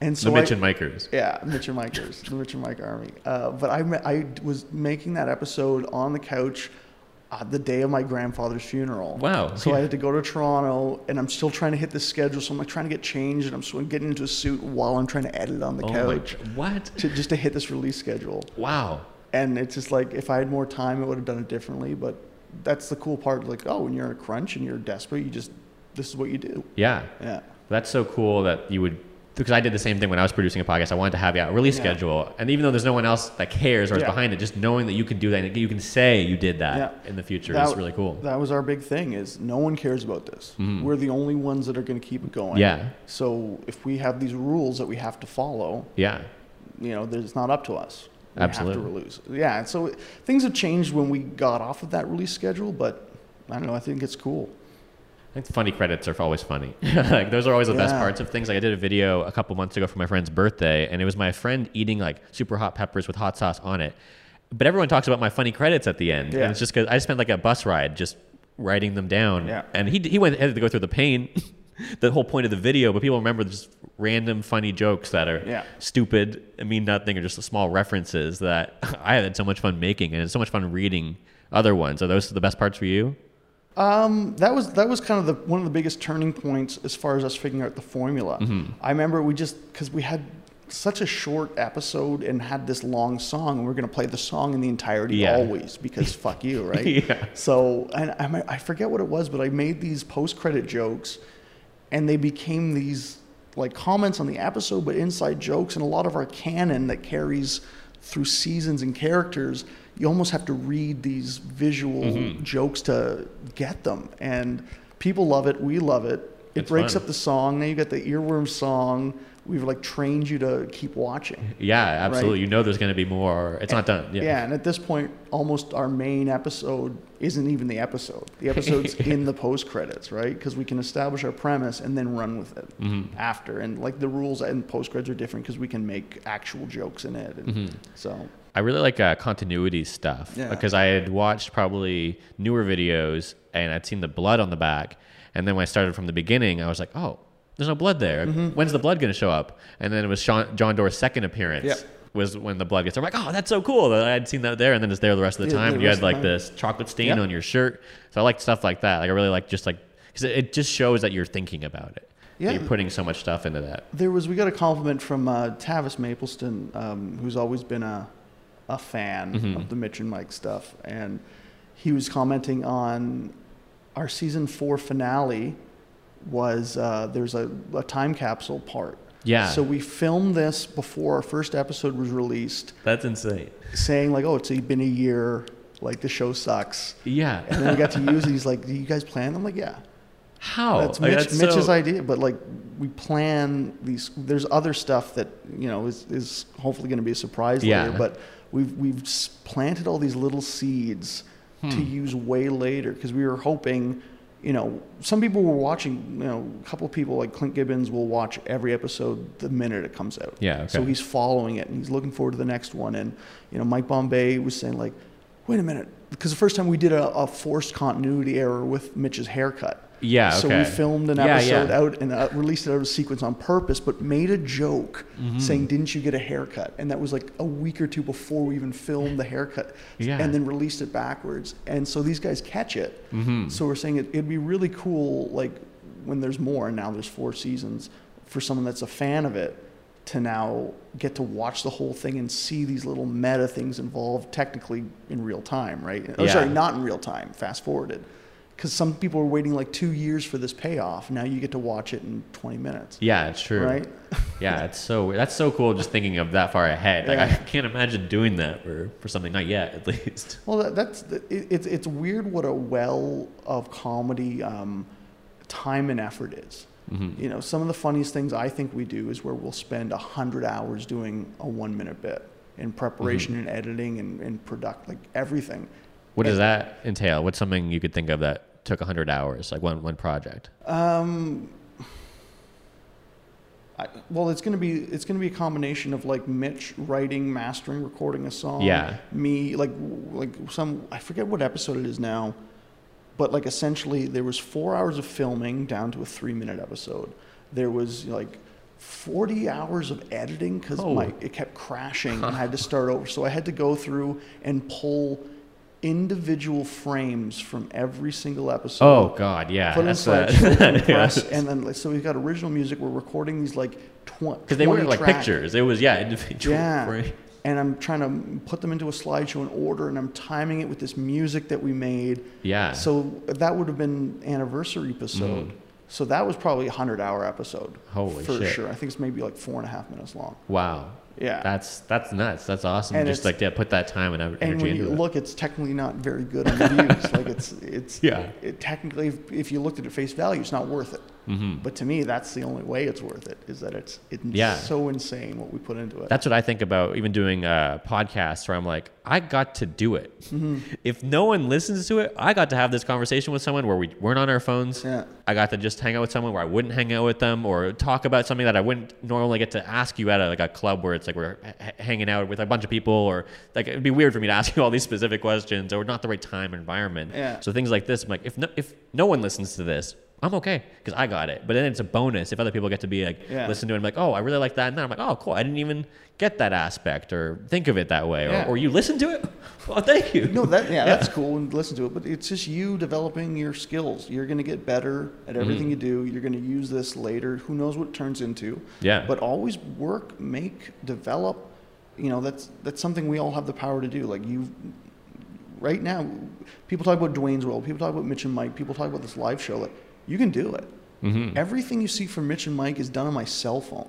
Speaker 2: And so
Speaker 1: Mm-hmm. the Mitch
Speaker 2: I,
Speaker 1: and Mikers.
Speaker 2: yeah, Mitch and Mikers, the Mitch and Mike Army. Uh, but I, me- I was making that episode on the couch uh, the day of my grandfather's funeral.
Speaker 1: Wow.
Speaker 2: So I had to go to Toronto, and I'm still trying to hit the schedule. So I'm like trying to get changed, and I'm sw- getting into a suit while I'm trying to edit on the
Speaker 1: [laughs] Oh my,
Speaker 2: couch
Speaker 1: g- what?
Speaker 2: to, just to hit this release schedule
Speaker 1: Wow.
Speaker 2: and it's just like if I had more time, I would have done it differently. But that's the cool part. Like, oh, when you're in a crunch and you're desperate, you just this is what you do.
Speaker 1: Yeah.
Speaker 2: Yeah,
Speaker 1: That's so cool that you would, because I did the same thing when I was producing a podcast. I wanted to have yeah, a release
Speaker 2: Yeah.
Speaker 1: schedule. And even though there's no one else that cares or is
Speaker 2: Yeah.
Speaker 1: behind it, just knowing that you can do that and you can say you did that
Speaker 2: Yeah.
Speaker 1: in the future
Speaker 2: That-
Speaker 1: is really cool. Mm-hmm.
Speaker 2: that was our big thing. Is no one cares about this. We're the only ones that are going to keep it going.
Speaker 1: Yeah.
Speaker 2: So if we have these rules that we have to follow,
Speaker 1: yeah.
Speaker 2: you know, there's- it's not up to us. We
Speaker 1: Absolutely.
Speaker 2: Have to release. Yeah. and So things have changed when we got off of that release schedule, but I don't know. I think it's cool.
Speaker 1: I think funny credits are always funny. [laughs] like those are always the best
Speaker 2: Yeah.
Speaker 1: parts of things. Like I did a video a couple months ago for my friend's birthday, and it was my friend eating like super hot peppers with hot sauce on it. But everyone talks about my funny credits at the end,
Speaker 2: Yeah.
Speaker 1: and it's just because I spent like a bus ride just writing them down.
Speaker 2: Yeah.
Speaker 1: And he he went had to go through the pain, [laughs] the whole point of the video. But people remember just random funny jokes that are
Speaker 2: Yeah.
Speaker 1: stupid and mean nothing, or just small references that [laughs] I had so much fun making, and it's so much fun reading other ones. Are those the best parts for you?
Speaker 2: Um, that was that was kind of the one of the biggest turning points as far as us figuring out the formula. I remember we just because we had such a short episode and had this long song, and we are going to play the song in the entirety
Speaker 1: Yeah.
Speaker 2: always
Speaker 1: [laughs]
Speaker 2: because fuck you, right?
Speaker 1: Yeah.
Speaker 2: So and I, mi- I forget what it was, but I made these post credit jokes, and they became these like comments on the episode, but inside jokes and a lot of our canon that carries through seasons and characters. You almost have to read these visual
Speaker 1: Mm-hmm.
Speaker 2: jokes to get them, and people love it. We love it. It
Speaker 1: It's
Speaker 2: breaks
Speaker 1: fun.
Speaker 2: up the song. Now you got the earworm song. we've like trained you to keep watching.
Speaker 1: Yeah, absolutely. You know there's going to be more. It's not done. Yeah.
Speaker 2: Yeah. and at this point, almost our main episode isn't even the episode. The episode's in the post credits, right? Because we can establish our premise and then run with it after. And like the rules and post credits are different because we can make actual jokes in it. And So
Speaker 1: I really like uh, continuity stuff
Speaker 2: Yeah.
Speaker 1: because I had watched probably newer videos and I'd seen the blood on the back. And then when I started from the beginning, I was like, oh, there's no blood there.
Speaker 2: Mm-hmm.
Speaker 1: When's the blood going to show up? And then it was Sean, John Doerr's second appearance.
Speaker 2: Yeah.
Speaker 1: Was when the blood gets. I'm like, oh, that's so cool that I had seen that there, and then it's there the rest of the
Speaker 2: Yeah,
Speaker 1: time.
Speaker 2: the
Speaker 1: you
Speaker 2: rest
Speaker 1: had
Speaker 2: of the
Speaker 1: like this
Speaker 2: time.
Speaker 1: chocolate stain
Speaker 2: Yeah.
Speaker 1: on your shirt, so I like stuff like that. Like I really like just like because it, it just shows that you're thinking about it. That
Speaker 2: Yeah.
Speaker 1: you're putting so much stuff into that.
Speaker 2: there was, we got a compliment from uh, Tavis Mapleston, um, who's always been a, a fan of the Mitch and Mike stuff. And he was commenting on our season four finale was uh, there's a, a time capsule part.
Speaker 1: Yeah.
Speaker 2: So we filmed this before our first episode was released,
Speaker 1: That's insane.
Speaker 2: saying like, "Oh, it's been a year. Like the show sucks."
Speaker 1: Yeah.
Speaker 2: And then we got to use it. He's like, "Do you guys plan?" I'm like, "Yeah."
Speaker 1: How?
Speaker 2: That's
Speaker 1: Like,
Speaker 2: Mitch, Mitch's
Speaker 1: so-
Speaker 2: idea, but like we plan these. There's other stuff that you know is is hopefully going to be a surprise
Speaker 1: Yeah.
Speaker 2: later. But we've we've s- planted all these little seeds to
Speaker 1: Hmm.
Speaker 2: use way later because we were hoping, you know, some people were watching. You know, a couple people like Clint Gibbons will watch every episode the minute it comes out.
Speaker 1: Yeah,
Speaker 2: So
Speaker 1: okay.
Speaker 2: he's following it and he's looking forward to the next one. And you know, Mike Bombay was saying like, wait a minute, because the first time we did a, a forced continuity error with Mitch's haircut.
Speaker 1: Yeah,
Speaker 2: So
Speaker 1: okay.
Speaker 2: we filmed an
Speaker 1: Yeah,
Speaker 2: episode
Speaker 1: yeah.
Speaker 2: out and uh, released it out of sequence on purpose, but made a joke
Speaker 1: Mm-hmm.
Speaker 2: saying, "Didn't you get a haircut?" And that was like a week or two before we even filmed the haircut,
Speaker 1: Yeah.
Speaker 2: and then released it backwards. And so these guys catch it.
Speaker 1: Mm-hmm.
Speaker 2: So we're saying it, it'd be really cool, like when there's more, and now there's four seasons, for someone that's a fan of it to now get to watch the whole thing and see these little meta things involved technically in real time, right? Oh,
Speaker 1: Yeah.
Speaker 2: sorry, not in real time, fast forwarded. Because some people are waiting like two years for this payoff. Now you get to watch it in 20 minutes,
Speaker 1: Yeah, it's true.
Speaker 2: right?
Speaker 1: Yeah, it's so weird. That's so cool just thinking of that far ahead. Like I
Speaker 2: Yeah.
Speaker 1: can't imagine doing that for, for something not yet at least.
Speaker 2: Well, that, that's the- it, it's it's weird what a well of comedy um, time and effort is.
Speaker 1: Mm-hmm.
Speaker 2: You know, some of the funniest things I think we do is where we'll spend a hundred hours doing a one minute bit in preparation
Speaker 1: Mm-hmm.
Speaker 2: and editing and, and product like everything.
Speaker 1: [laughs] What does that entail? What's something you could think of that took 100 hours, like one one project?
Speaker 2: Um, I, well, it's gonna be it's gonna be a combination of like Mitch writing, mastering, recording a song.
Speaker 1: Yeah.
Speaker 2: Me like like some I forget what episode it is now, but like essentially there was four hours of filming down to a three minute episode. There was like. 40 hours of editing because
Speaker 1: Oh.
Speaker 2: my it kept crashing and
Speaker 1: [laughs]
Speaker 2: I had to start over. So I had to go through and pull individual frames from every single episode
Speaker 1: Oh god, yeah.
Speaker 2: put in
Speaker 1: That's [laughs] that.
Speaker 2: slideshow and press,
Speaker 1: Because
Speaker 2: and then like, so we've got original music. We're recording these like
Speaker 1: [laughs]
Speaker 2: twenty because
Speaker 1: they weren't like pictures. It was yeah, individual. [laughs]
Speaker 2: Yeah,
Speaker 1: right?
Speaker 2: and I'm trying to put them into a slideshow in order, and I'm timing it with this music that we made.
Speaker 1: Yeah.
Speaker 2: So that would have been anniversary episode. So that was probably a hundred hour episode.
Speaker 1: Mm. Holy
Speaker 2: for
Speaker 1: shit.
Speaker 2: sure. I think it's maybe like four and a half minutes long.
Speaker 1: wow.
Speaker 2: Yeah.
Speaker 1: That's that's nuts. That's awesome.
Speaker 2: And
Speaker 1: just
Speaker 2: it's-
Speaker 1: like yeah, put that time and ener- energy
Speaker 2: and when you
Speaker 1: into it.
Speaker 2: look, it's technically not very good on
Speaker 1: [laughs]
Speaker 2: the views. like it's it's
Speaker 1: Yeah.
Speaker 2: It technically, if, if you looked at it face value, it's not worth it. Mm-hmm. But to me, that's the only way it's worth it. Is that it's it's
Speaker 1: Yeah.
Speaker 2: so insane what we put into it.
Speaker 1: That's what I think about even doing uh, podcasts where I'm like, I got to do it.
Speaker 2: Mm-hmm.
Speaker 1: If no one listens to it, I got to have this conversation with someone where we weren't on our phones.
Speaker 2: Yeah.
Speaker 1: I got to just hang out with someone where I wouldn't hang out with them or talk about something that I wouldn't normally get to ask you at a, like a club where it's like we're h- hanging out with a bunch of people or like it'd be weird for me to [laughs] ask you all these specific questions or not the right time or environment.
Speaker 2: Yeah.
Speaker 1: So things like this, I'm like, if no, if no one listens to this, I'm okay because I got it. But then it's a bonus if other people get to be like,
Speaker 2: Yeah.
Speaker 1: listen to it. I'm like, oh, I really like that. And then I'm like, oh, cool. I didn't even get that aspect or think of it that way.
Speaker 2: Yeah.
Speaker 1: Or, or you listen to it? [laughs] Well, thank you.
Speaker 2: no, that
Speaker 1: [laughs] Yeah.
Speaker 2: yeah, that's cool and listen to it. But it's just you developing your skills. You're going to get better
Speaker 1: Mm-hmm.
Speaker 2: at everything you do. You're going to use this later. Who knows what it turns into?
Speaker 1: Yeah.
Speaker 2: But always work, make, develop. You know, that's that's something we all have the power to do. Like you, right now, people talk about Dwayne's World. People talk about Mitch and Mike. People talk about this live show. Like you can do it.
Speaker 1: Mm-hmm.
Speaker 2: Everything you see from Mitch and Mike is done on my cell phone,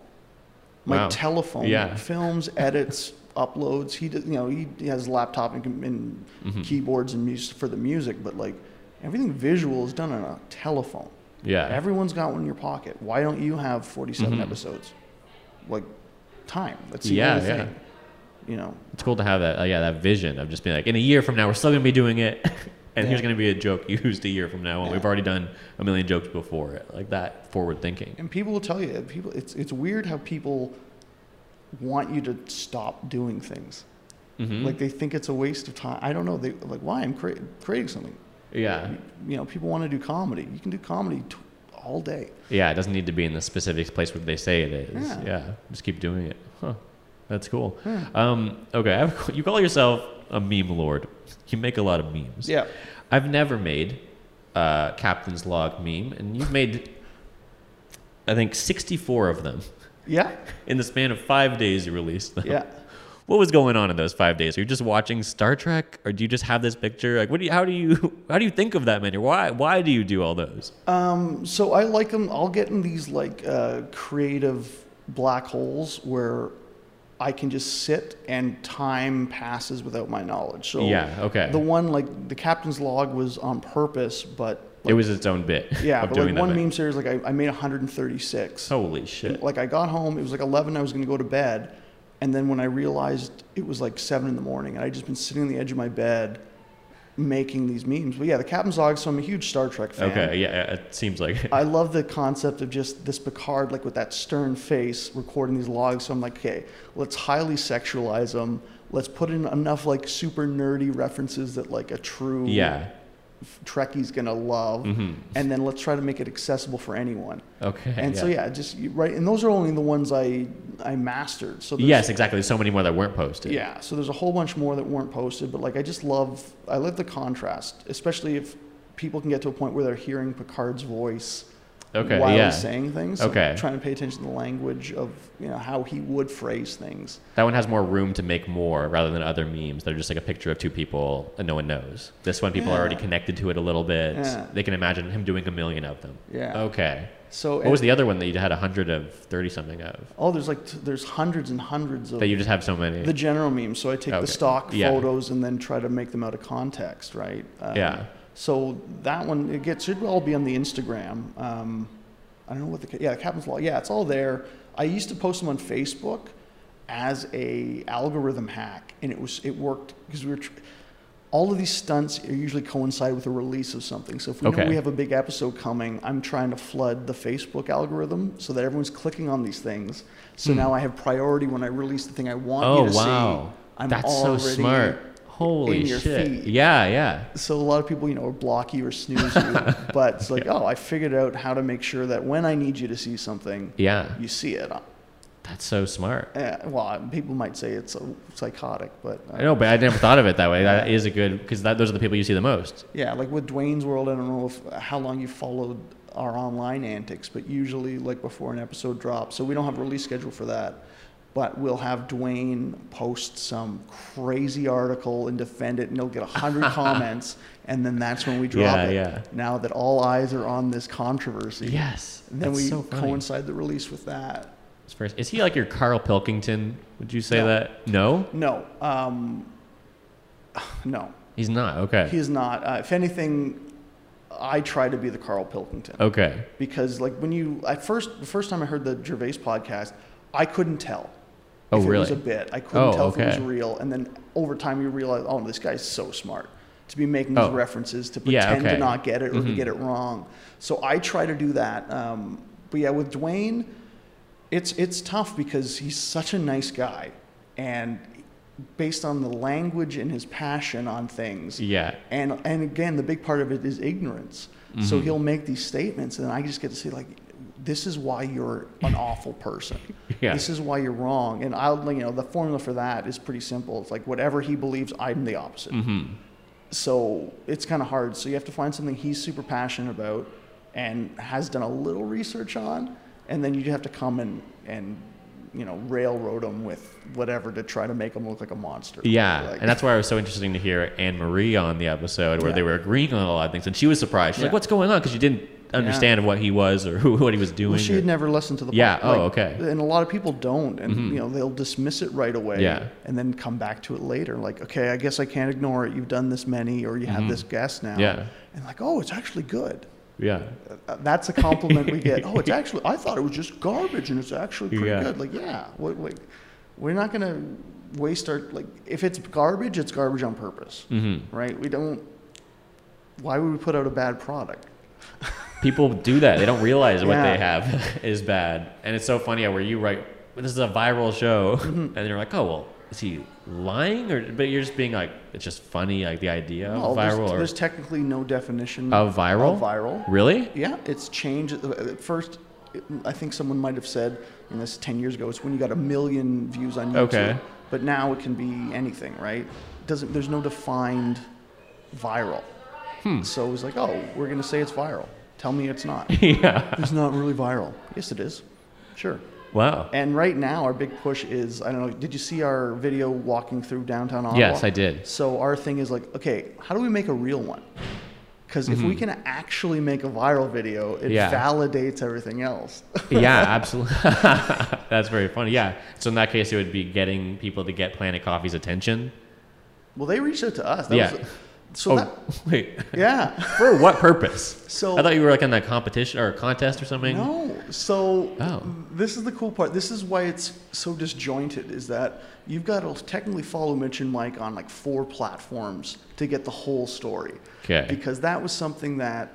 Speaker 2: my
Speaker 1: Wow.
Speaker 2: telephone.
Speaker 1: Yeah.
Speaker 2: films, edits, uploads. He does, you know, he he has a laptop and, com- and
Speaker 1: Mm-hmm.
Speaker 2: keyboards and music for the music, but like everything visual is done on a telephone.
Speaker 1: Yeah. Mm-hmm.
Speaker 2: Everyone's got one in your pocket. Why don't you have 47 episodes? like time. That's the
Speaker 1: Yeah,
Speaker 2: only
Speaker 1: yeah.
Speaker 2: thing. You know,
Speaker 1: It's cool to have that, uh, yeah, that vision of just being like, in a year from now, we're still gonna be doing it, [laughs] and here's
Speaker 2: Yeah.
Speaker 1: gonna be a joke used a year from now, and we've
Speaker 2: Yeah.
Speaker 1: already done a million jokes before it. Like that forward thinking.
Speaker 2: and people will tell you people. It's it's weird how people want you to stop doing things.
Speaker 1: Mm-hmm.
Speaker 2: Like they think it's a waste of time. I don't know. They like why I'm crea- creating something.
Speaker 1: yeah,
Speaker 2: You know, people want to do comedy. You can do comedy t- all day.
Speaker 1: yeah. It doesn't need to be in the specific place where they say it is. Yeah,
Speaker 2: Yeah.
Speaker 1: just keep doing it. Huh, that's cool. Um, okay, I have, a- you call yourself a meme lord. You make a lot of memes.
Speaker 2: Yeah.
Speaker 1: I've never made a captain's log meme, and you've made, I think, 64 of them
Speaker 2: Yeah.
Speaker 1: in the span of five days. You released them.
Speaker 2: Yeah.
Speaker 1: What was going on in those five days? Are you just watching Star Trek, or do you just have this picture? Like, what do you? How do you? [laughs] How do you think of that many? Why? Why do you do all those?
Speaker 2: Um, so I like them. I'll get in these like uh, creative black holes where I can just sit and time passes without my knowledge. So
Speaker 1: yeah. Okay.
Speaker 2: The one like the captain's log was on purpose, but
Speaker 1: it was its own bit.
Speaker 2: yeah,
Speaker 1: Of
Speaker 2: but
Speaker 1: doing
Speaker 2: like
Speaker 1: that
Speaker 2: one
Speaker 1: many.
Speaker 2: meme series, like I, I made 136.
Speaker 1: Holy shit.
Speaker 2: Like I got home, it was like 11. I was gonna go to bed, and then when I realized it was like seven in the morning, and I'd just been sitting on the edge of my bed making these memes. But yeah, the captain's log. So I'm a huge Star Trek fan.
Speaker 1: Okay. Yeah. yeah, It seems like. it.
Speaker 2: I love the concept of just this Picard, like with that stern face, recording these logs. So I'm like, okay, let's highly sexualize them. Let's put in enough like super nerdy references that like a
Speaker 1: [laughs]
Speaker 2: true
Speaker 1: yeah.
Speaker 2: Trekkie's gonna love,
Speaker 1: Mhm.
Speaker 2: and then let's try to make it accessible for anyone.
Speaker 1: Okay.
Speaker 2: And so yeah, just you- right, and those are only the ones I I mastered. So there's-
Speaker 1: Yes, exactly. There's so many more that weren't posted.
Speaker 2: yeah. So there's a whole bunch more that weren't posted, but like I just love I love the contrast, especially if people can get to a point where they're hearing Picard's voice
Speaker 1: Okay.
Speaker 2: while
Speaker 1: yeah.
Speaker 2: he's saying things. So I'm
Speaker 1: Okay.
Speaker 2: trying to pay attention to the language of you know how he would phrase things.
Speaker 1: That one has more room to make more rather than other memes that are just like a picture of two people and no one knows. This one, people are already
Speaker 2: Yeah.
Speaker 1: connected to it a little bit.
Speaker 2: Yeah.
Speaker 1: They can imagine him doing a million of them.
Speaker 2: Yeah.
Speaker 1: Okay.
Speaker 2: So
Speaker 1: Oh. What was the other one that you had a hundred of, thirty something of?
Speaker 2: oh, there's like t- there's hundreds and hundreds of
Speaker 1: That you just have so many.
Speaker 2: the general memes. So I take
Speaker 1: Okay.
Speaker 2: the stock
Speaker 1: Yeah.
Speaker 2: photos and then try to make them out of context, right? Um,
Speaker 1: Yeah.
Speaker 2: So that one it gets should all be on the Instagram. Um, I don't know what the yeah the captain's log yeah it's all there. I used to post them on Facebook as a algorithm hack, and it was it worked because we were. Tr- all of these stunts are usually coincide with the release of something. So if we
Speaker 1: Okay.
Speaker 2: know we have a big episode coming, I'm trying to flood the Facebook algorithm so that everyone's clicking on these things. So
Speaker 1: Hmm.
Speaker 2: now I have priority when I release the thing I want
Speaker 1: oh
Speaker 2: you to
Speaker 1: wow.
Speaker 2: see. I'm
Speaker 1: That's so
Speaker 2: already-
Speaker 1: smart. Holy
Speaker 2: in your
Speaker 1: shit.
Speaker 2: feed.
Speaker 1: Yeah, yeah.
Speaker 2: So a lot of people, you know, are block you or snooze you,
Speaker 1: [laughs]
Speaker 2: but it's like, oh, I figured out how to make sure that when I need you to see something,
Speaker 1: Yeah.
Speaker 2: you see it. Uh,
Speaker 1: That's so smart.
Speaker 2: eh, well, people might say it's uh, psychotic, but uh,
Speaker 1: I know, but I never thought of it that way. That is a good because those are the people you see the most.
Speaker 2: Yeah, like with Dwayne's World, I don't know if, how long you followed our online antics, but usually like before an episode drops, so we don't have a release schedule for that. But we'll have Dwayne post some crazy article and defend it, and he'll get
Speaker 1: [laughs]
Speaker 2: a hundred comments, and then that's when we drop
Speaker 1: Yeah,
Speaker 2: it.
Speaker 1: yeah.
Speaker 2: Now that all eyes are on this controversy,
Speaker 1: Yes.
Speaker 2: and then
Speaker 1: That's
Speaker 2: we
Speaker 1: so funny.
Speaker 2: coincide the release with that.
Speaker 1: It's first- Is he like your Carl Pilkington? Would you say
Speaker 2: No.
Speaker 1: that? No,
Speaker 2: No, um, [sighs] no,
Speaker 1: he's not. Okay.
Speaker 2: he is not. Uh, if anything, I try to be the Carl Pilkington.
Speaker 1: okay.
Speaker 2: because like when you at first the first time I heard the Gervais podcast, I couldn't tell.
Speaker 1: Oh,
Speaker 2: if It was
Speaker 1: really?
Speaker 2: a bit. I couldn't
Speaker 1: Oh,
Speaker 2: tell if it
Speaker 1: okay.
Speaker 2: was real, and then over time you realize, oh, this guy's so smart to be making these
Speaker 1: Oh.
Speaker 2: references to
Speaker 1: Yeah,
Speaker 2: pretend
Speaker 1: okay.
Speaker 2: to not get it or
Speaker 1: Mhm.
Speaker 2: to get it wrong. So I try to do that. Um, but yeah, with Dwayne, it's it's tough because he's such a nice guy, and based on the language and his passion on things,
Speaker 1: Yeah.
Speaker 2: and and again, the big part of it is ignorance. So
Speaker 1: Mm-hmm.
Speaker 2: he'll make these statements, and I just get to say like, "This is why you're
Speaker 1: [laughs]
Speaker 2: an awful person.
Speaker 1: Yeah.
Speaker 2: This is why you're wrong." And I'll you know the formula for that is pretty simple. It's like whatever he believes, I'm the opposite.
Speaker 1: Mm-hmm.
Speaker 2: So it's kind of hard. So you have to find something he's super passionate about and has done a little research on, and then you have to come and and you know railroad him with whatever to try to make him look like a monster.
Speaker 1: Yeah,
Speaker 2: Like-
Speaker 1: and that's why it was so interesting to hear Anne Marie on the episode where
Speaker 2: Yeah.
Speaker 1: they were agreeing on a lot of things, and she was surprised. She's like,
Speaker 2: Yeah.
Speaker 1: "What's going on?" Because she didn't understand what he was or [laughs] who, what he was doing.
Speaker 2: Well, she
Speaker 1: or-
Speaker 2: had never listened to the
Speaker 1: Yeah,
Speaker 2: podcast.
Speaker 1: oh, okay. Mm-hmm.
Speaker 2: And a lot of people don't, and you know they'll dismiss it right away,
Speaker 1: Yeah.
Speaker 2: and then come back to it later. Like, okay, I guess I can't ignore it. You've done this many, or you have this guest now,
Speaker 1: Mm-hmm. Yeah.
Speaker 2: and like, oh, it's actually good.
Speaker 1: Yeah.
Speaker 2: Uh, That's a compliment we
Speaker 1: [laughs]
Speaker 2: get. Oh, it's actually, I thought it was just garbage and it's actually pretty
Speaker 1: Yeah.
Speaker 2: good. Like, yeah, what, like, we're not going to waste our, like, if it's garbage, it's garbage on purpose,
Speaker 1: hmm
Speaker 2: right? We don't, why would we put out a bad product?
Speaker 1: People do that. They don't realize what
Speaker 2: Yeah.
Speaker 1: they have [laughs] is bad. And it's so funny how where you write, this is a viral show. [laughs]
Speaker 2: Mm-hmm.
Speaker 1: And you're like, oh, well, is he lying? or But you're just being like, it's just funny, like the idea
Speaker 2: No,
Speaker 1: of
Speaker 2: there's-
Speaker 1: viral.
Speaker 2: There's,
Speaker 1: or-
Speaker 2: technically no definition
Speaker 1: Of viral?
Speaker 2: Of viral.
Speaker 1: really? [laughs]
Speaker 2: Yeah, it's changed. Uh, At first, it- I think someone might have said, and this is 10 years ago, it's when you got a million views on YouTube.
Speaker 1: Okay.
Speaker 2: But now it can be anything, right? Doesn't There's no defined viral. So it was like, oh, we're going to say it's viral. Tell me it's not.
Speaker 1: Hmm. [laughs] yeah.
Speaker 2: it's not really viral. Yes, it is. Sure.
Speaker 1: Wow.
Speaker 2: And right now, our big push is I don't know, did you see our video walking through downtown Ottawa?
Speaker 1: Yes, I did.
Speaker 2: So our thing is like, okay, how do we make a real one? Because if we can actually make a viral video, it
Speaker 1: Mm-hmm. Yeah.
Speaker 2: validates everything else. [laughs]
Speaker 1: yeah, absolutely. [laughs] That's very funny. Yeah. So in that case, it would be getting people to get Planet Coffee's attention.
Speaker 2: well, they reached out to us. That
Speaker 1: Yeah.
Speaker 2: Was, so
Speaker 1: oh,
Speaker 2: that,
Speaker 1: [laughs] wait.
Speaker 2: yeah.
Speaker 1: [laughs] For what purpose?
Speaker 2: So-
Speaker 1: I thought you were like in a competition or a contest or something.
Speaker 2: No. So
Speaker 1: Oh.
Speaker 2: this is the cool part. This is why it's so disjointed. Is that you've got to technically follow Mitch and Mike on like four platforms to get the whole story.
Speaker 1: Okay.
Speaker 2: Because that was something that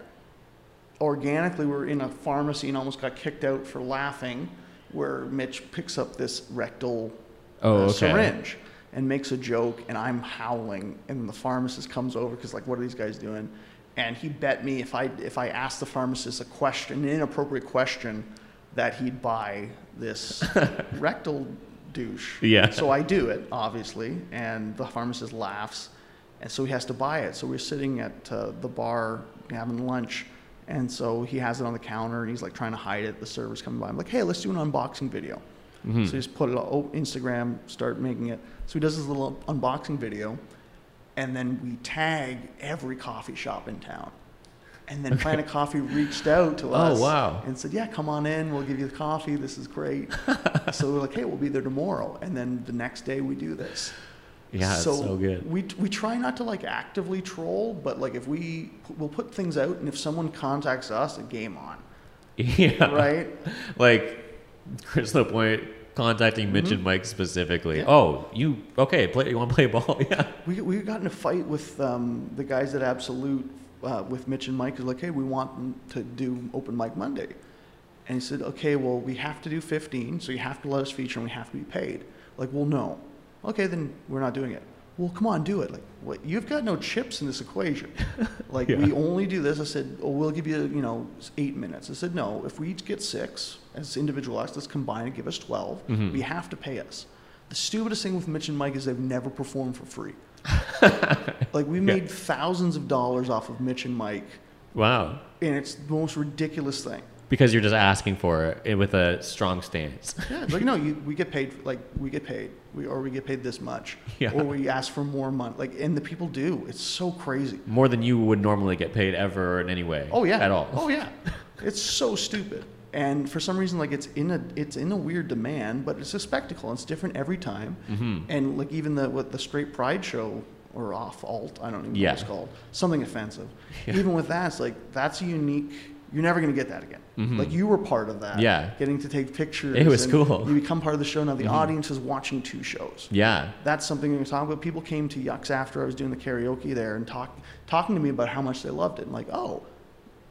Speaker 2: organically we were in a pharmacy and almost got kicked out for laughing, where Mitch picks up this rectal
Speaker 1: Oh,
Speaker 2: uh,
Speaker 1: okay.
Speaker 2: syringe and makes a joke, and I'm howling, and the pharmacist comes over because like, what are these guys doing? And he bet me if I if I asked the pharmacist a question, an inappropriate question, that he'd buy this rectal douche.
Speaker 1: Yeah.
Speaker 2: So I do it obviously, and the pharmacist laughs, and so he has to buy it. So we're sitting at uh, the bar having lunch. And so he has it on the counter and he's like trying to hide it. The server's coming by. I'm like, hey, let's do an unboxing video.
Speaker 1: Mm-hmm.
Speaker 2: So just put it on oh, Instagram, start making it. So he does this little unboxing video, and then we tag every coffee shop in town. And then Planet Coffee reached
Speaker 1: [laughs]
Speaker 2: out to us
Speaker 1: Oh, wow.
Speaker 2: and said, "Yeah, come on in. We'll give you the coffee. This
Speaker 1: [laughs]
Speaker 2: is great." so we're like, "Hey, we'll be there tomorrow." And then the next day we do this.
Speaker 1: Yeah, it's so good. [laughs]
Speaker 2: We we try not to like actively troll, but like if we we'll put things out, and if someone contacts us, a
Speaker 1: [laughs]
Speaker 2: game on,
Speaker 1: Yeah.
Speaker 2: right?
Speaker 1: Like, Chris LaPointe contacting Mitch and Mike specifically.
Speaker 2: Mm-hmm. Yeah.
Speaker 1: Oh, you, okay, play, you want to play ball? [laughs] yeah.
Speaker 2: We, we got in a fight with um, the guys at Absolute, uh, with Mitch and Mike, who's like, hey, we want them to do Open Mic Monday. And he said, okay, well, we have to do 15, so you have to let us feature and we have to be paid. Like, well, no. Okay, then we're not doing it. Well, come on, do it. Like, what? You've got no chips in this equation. Like,
Speaker 1: Yeah.
Speaker 2: we only do this. I said, oh, we'll give you, you know, s- eight minutes. I said, no, if we each get six as individual acts, let's combine and give us 12. We have to pay us. The stupidest thing with Mitch and Mike is they've never performed for free. Like we made thousands of dollars off of Mitch and Mike,
Speaker 1: Wow.
Speaker 2: and it's the most ridiculous thing.
Speaker 1: Because you're just asking for it eh, with a strong stance. [laughs]
Speaker 2: Yeah, it's like no, you, we get paid. Like we get paid, we, or we get paid this much,
Speaker 1: Yeah.
Speaker 2: or we ask for more money. Like, and the people do. It's so crazy.
Speaker 1: More than you would normally get paid ever in any way.
Speaker 2: Oh yeah.
Speaker 1: At all. [laughs]
Speaker 2: Oh yeah. It's so stupid. And for some reason, like it's in a it's in a weird demand, but it's a spectacle. and It's different every time.
Speaker 1: Mm-hmm.
Speaker 2: And like even the what the straight pride show or off alt, I don't even know what it's
Speaker 1: Yeah.
Speaker 2: called. Something offensive.
Speaker 1: Yeah.
Speaker 2: Even with that, it's like that's a unique. You're never gonna get that again. Like you were part of that.
Speaker 1: Mm-hmm. Yeah.
Speaker 2: Getting to take pictures.
Speaker 1: It was
Speaker 2: and
Speaker 1: cool. Mm-hmm.
Speaker 2: You become part of the show. Now the audience is watching two shows
Speaker 1: Yeah.
Speaker 2: that's something we were talking about. People came to Yucks after I was doing the karaoke there and talk, talking to me about how much they loved it. And like, oh,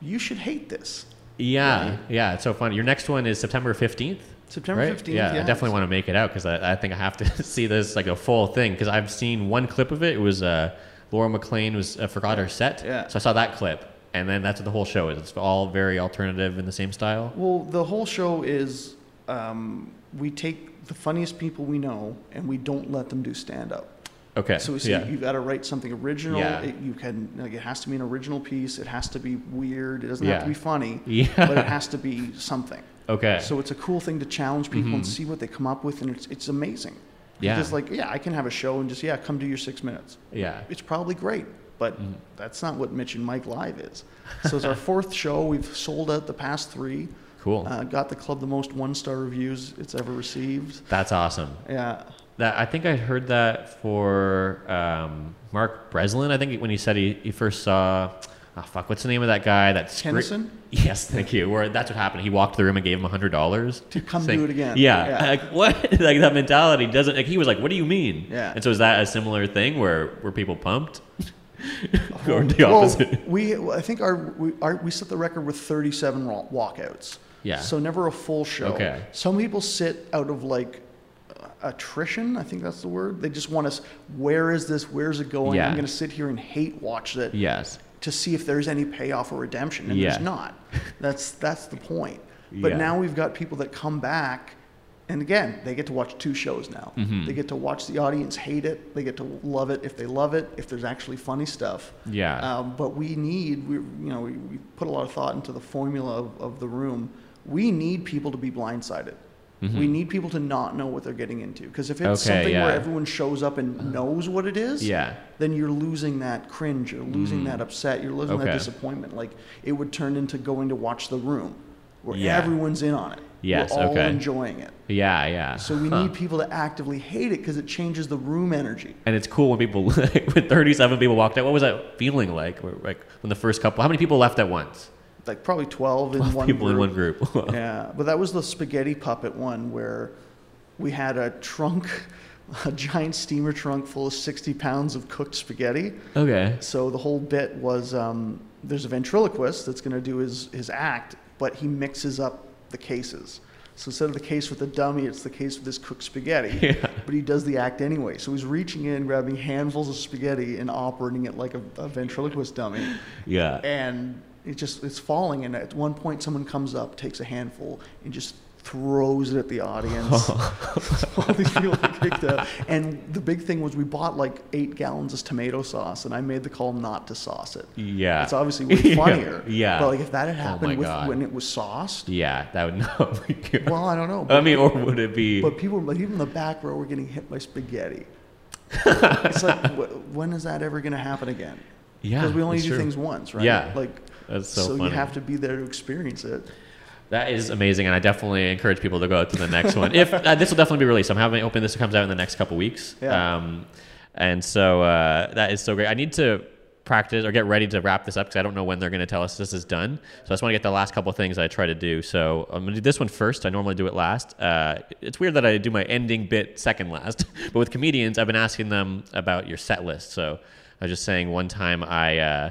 Speaker 2: you should hate this.
Speaker 1: Yeah,
Speaker 2: Right.
Speaker 1: yeah, it's so funny. Your next one is September fifteenth.
Speaker 2: September 15th,
Speaker 1: Yeah, I
Speaker 2: yeah.
Speaker 1: definitely want to make it out because I, I think I have to [laughs] see this like a full thing because I've seen one clip of it. It was uh, Laura McLean was uh, forgot her set,
Speaker 2: Yeah.
Speaker 1: so I saw that clip, and then that's what the whole show is. It's all very alternative in the same style.
Speaker 2: Well, the whole show is um, we take the funniest people we know and we don't let them do stand up.
Speaker 1: Okay,
Speaker 2: So, so
Speaker 1: yeah,
Speaker 2: you've got to write something original.
Speaker 1: Yeah.
Speaker 2: It, you can like it has to be an original piece. It has to be weird. It doesn't have
Speaker 1: Yeah.
Speaker 2: to be funny,
Speaker 1: [laughs] Yeah. [laughs]
Speaker 2: but it has to be something.
Speaker 1: okay,
Speaker 2: So it's a cool thing to challenge people and see what they come up with, and it's it's amazing.
Speaker 1: Mm-hmm. Yeah.
Speaker 2: You're just like yeah, I can have a show and just yeah, come do your six minutes.
Speaker 1: yeah,
Speaker 2: It's probably great, but
Speaker 1: Mm-hmm.
Speaker 2: that's not what Mitch and Mike Live is. So
Speaker 1: [laughs]
Speaker 2: it's our fourth show. We've sold out the past three.
Speaker 1: cool.
Speaker 2: Uh, got the club the most one star reviews it's ever received.
Speaker 1: that's awesome.
Speaker 2: Yeah.
Speaker 1: That I think I heard that for um, Mark Breslin. I think when he said he, he first saw Ah, fuck. What's the name of that guy? That's
Speaker 2: Tennyson?
Speaker 1: Yes, thank you. Where that's what happened. He walked the room and gave him hundred dollars
Speaker 2: To
Speaker 1: [laughs]
Speaker 2: come
Speaker 1: Saying-
Speaker 2: do it again.
Speaker 1: Yeah, [laughs]
Speaker 2: Yeah.
Speaker 1: like what? like that mentality doesn't. Like he was like, "What do you mean?"
Speaker 2: Yeah.
Speaker 1: And so is that a similar thing where were people
Speaker 2: [laughs]
Speaker 1: pumped? or the
Speaker 2: Well,
Speaker 1: opposite. [laughs]
Speaker 2: we I think our we, our we set the record with 37 wa- walkouts.
Speaker 1: Yeah.
Speaker 2: So never a full show.
Speaker 1: Okay.
Speaker 2: Some people sit out of like uh, attrition. I think that's the word. They just want us. Where is this? Where's it going?
Speaker 1: Yeah.
Speaker 2: I'm going to sit here and hate watch it
Speaker 1: yes.
Speaker 2: to see if there's any payoff or redemption, and
Speaker 1: Yeah. [laughs]
Speaker 2: there's not. That's that's the point. But
Speaker 1: Yeah.
Speaker 2: now we've got people that come back, and again, they get to watch two shows now.
Speaker 1: Mm-hmm.
Speaker 2: They get to watch the audience hate it. They get to love it if they love it. If there's actually funny stuff.
Speaker 1: Yeah.
Speaker 2: Um, but we need we you know we, we put a lot of thought into the formula of, of the room. We need people to be blindsided. We need people to not know what they're getting into. Because if it's
Speaker 1: Mm-hmm. Okay,
Speaker 2: something
Speaker 1: yeah.
Speaker 2: where everyone shows up and knows what it is,
Speaker 1: Yeah.
Speaker 2: then you're losing that cringe, you're losing that upset, you're losing
Speaker 1: Mm. Okay.
Speaker 2: that disappointment. Like it would turn into going to watch the room, where
Speaker 1: Yeah.
Speaker 2: everyone's in on it.
Speaker 1: Yes,
Speaker 2: We're all
Speaker 1: okay.
Speaker 2: enjoying it.
Speaker 1: Yeah. Yeah.
Speaker 2: So we
Speaker 1: Huh.
Speaker 2: need people to actively hate it because it changes the room energy.
Speaker 1: And it's cool when people, [laughs] when 37 people walked out. What was that feeling like? Where- Like when the first couple, how many people left at once?
Speaker 2: Like probably twelve in [laughs] one
Speaker 1: people
Speaker 2: group.
Speaker 1: in one group. [laughs]
Speaker 2: yeah, but that was the spaghetti puppet one where we had a trunk, [laughs] a giant steamer trunk full of sixty pounds of cooked spaghetti.
Speaker 1: okay.
Speaker 2: So the whole bit was um, there's a ventriloquist that's going to do his, his act, but he mixes up the cases. So instead of the case with the dummy, it's the case with this cooked spaghetti. But he does the act anyway. So he's reaching in, grabbing handfuls of spaghetti, and operating it like a, a ventriloquist dummy.
Speaker 1: Yeah.
Speaker 2: And it just it's falling. And at one point, someone comes up, takes a handful, and just throws it at the
Speaker 1: [laughs]
Speaker 2: audience. [laughs] All these people get kicked out. And the big thing was we bought like eight gallons of tomato sauce, and I made the call not to sauce it.
Speaker 1: Yeah.
Speaker 2: It's obviously way
Speaker 1: [laughs] Yeah,
Speaker 2: funnier.
Speaker 1: yeah.
Speaker 2: But like if that had
Speaker 1: Oh
Speaker 2: happened
Speaker 1: my
Speaker 2: with
Speaker 1: God.
Speaker 2: when it was sauced,
Speaker 1: Yeah, that would [laughs] not be good.
Speaker 2: well, I don't know.
Speaker 1: I
Speaker 2: But,
Speaker 1: mean, or would it be?
Speaker 2: but people, like even the back row, were getting hit by
Speaker 1: [laughs]
Speaker 2: spaghetti. it's like, wh- when is that ever going to happen again?
Speaker 1: yeah,
Speaker 2: Because we only
Speaker 1: that's
Speaker 2: do
Speaker 1: true.
Speaker 2: things once, right?
Speaker 1: Yeah.
Speaker 2: Like,
Speaker 1: That's so
Speaker 2: you
Speaker 1: funny.
Speaker 2: have to be there to experience it.
Speaker 1: That is amazing, and I definitely encourage people to go out to the next one. If uh, this will definitely be released, I'm having open. This comes out in the next couple weeks.
Speaker 2: Yeah.
Speaker 1: Um, and so uh, that is so great. I need to practice or get ready to wrap this up because I don't know when they're going to tell us this is done. So I just want to get the last couple things I try to do. So I'm going to do this one first. I normally do it last. Uh, it's weird that I do my ending bit second last, [laughs] but with comedians, I've been asking them about your set list. So I was just saying one time I. Uh,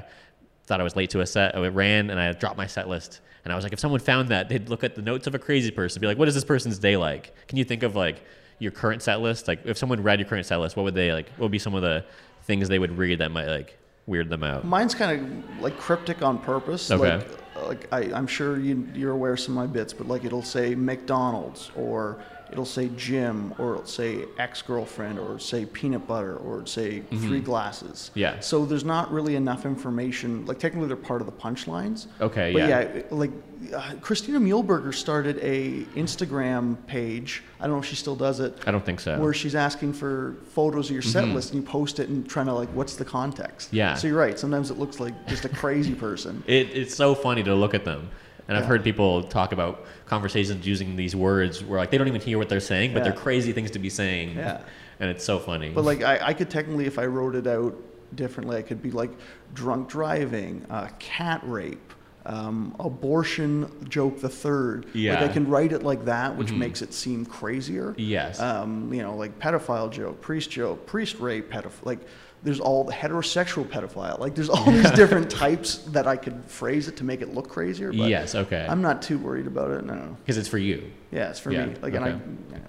Speaker 1: thought I was late to a set. I ran and I dropped my set list. And I was like, if someone found that, they'd look at the notes of a crazy person, be like, what is this person's day like? Can you think of like your current set list? Like, if someone read your current set list, what would they like? What would be some of the things they would read that might like weird them out?
Speaker 2: Mine's kind of like cryptic on purpose.
Speaker 1: Okay.
Speaker 2: Like, like I, I'm sure you, you're aware of some of my bits, but like it'll say McDonald's or it'll say Jim or it'll say ex girlfriend or say peanut butter or it'll say three glasses.
Speaker 1: Mm-hmm. Yeah.
Speaker 2: So there's not really enough information. Like technically they're part of the punchlines.
Speaker 1: Okay,
Speaker 2: But
Speaker 1: yeah.
Speaker 2: yeah, it- like uh, Christina Muehlberger started a Instagram page. I don't know if she still does it.
Speaker 1: I don't think so.
Speaker 2: Where she's asking for photos of your set list and you post it and trying to like, what's the context?
Speaker 1: Mm-hmm. Yeah.
Speaker 2: So you're right. Sometimes it looks like just a
Speaker 1: [laughs]
Speaker 2: crazy person.
Speaker 1: It, it's so funny to look at them. And I've
Speaker 2: Yeah.
Speaker 1: heard people talk about conversations using these words where like they don't even hear what they're saying, but
Speaker 2: Yeah.
Speaker 1: they're crazy things to be saying.
Speaker 2: Yeah.
Speaker 1: And it's so funny.
Speaker 2: But like, I, I could technically, if I wrote it out differently, I could be like drunk driving, uh, cat rape, um, abortion joke the third. Like
Speaker 1: Yeah. Mm-hmm.
Speaker 2: I can write it like that, which makes it seem crazier.
Speaker 1: yes.
Speaker 2: Um, you know, like pedophile joke, priest joke, priest rape, pedophile. Like, there's all the heterosexual pedophile. Like, there's all
Speaker 1: [laughs]
Speaker 2: these different types that I could phrase it to make it look crazier. But
Speaker 1: yes. Okay.
Speaker 2: I'm not too worried about it. No.
Speaker 1: Because it's for you.
Speaker 2: Yeah, it's for
Speaker 1: Yeah,
Speaker 2: me. Like, and I,
Speaker 1: okay.
Speaker 2: you know,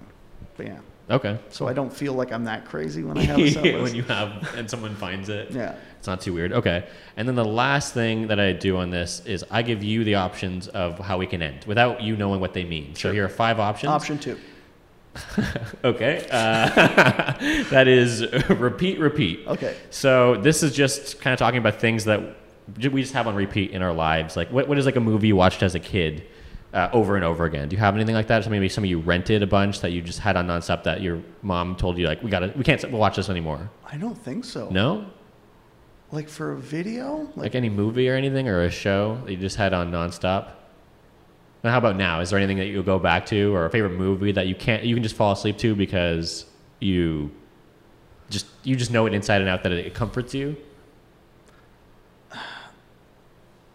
Speaker 2: but yeah.
Speaker 1: Okay.
Speaker 2: So I don't feel like I'm that crazy
Speaker 1: [laughs]
Speaker 2: when I have a set list.
Speaker 1: when you have and someone finds it.
Speaker 2: yeah.
Speaker 1: It's not too weird. Okay. And then the last thing that I do on this is I give you the options of how we can end without you knowing what they mean. So here are five options.
Speaker 2: Option two.
Speaker 1: Okay. Uh, [laughs] that is repeat, repeat.
Speaker 2: Okay.
Speaker 1: So this is just kind of talking about things that j- we just have on repeat in our lives. Like what, what is like a movie you watched as a kid uh, over and over again? Do you have anything like that? So maybe some of you rented a bunch that you just had on nonstop that your mom told you like we gotta we can't s- watch this anymore.
Speaker 2: I don't think so.
Speaker 1: No.
Speaker 2: Like for a video?
Speaker 1: Like any movie or anything or a show that you just had on nonstop? Now, how about now? Is there anything that you'll go back to or a favorite movie that you can't you can just fall asleep to because you just you just know it inside and out that it comforts you?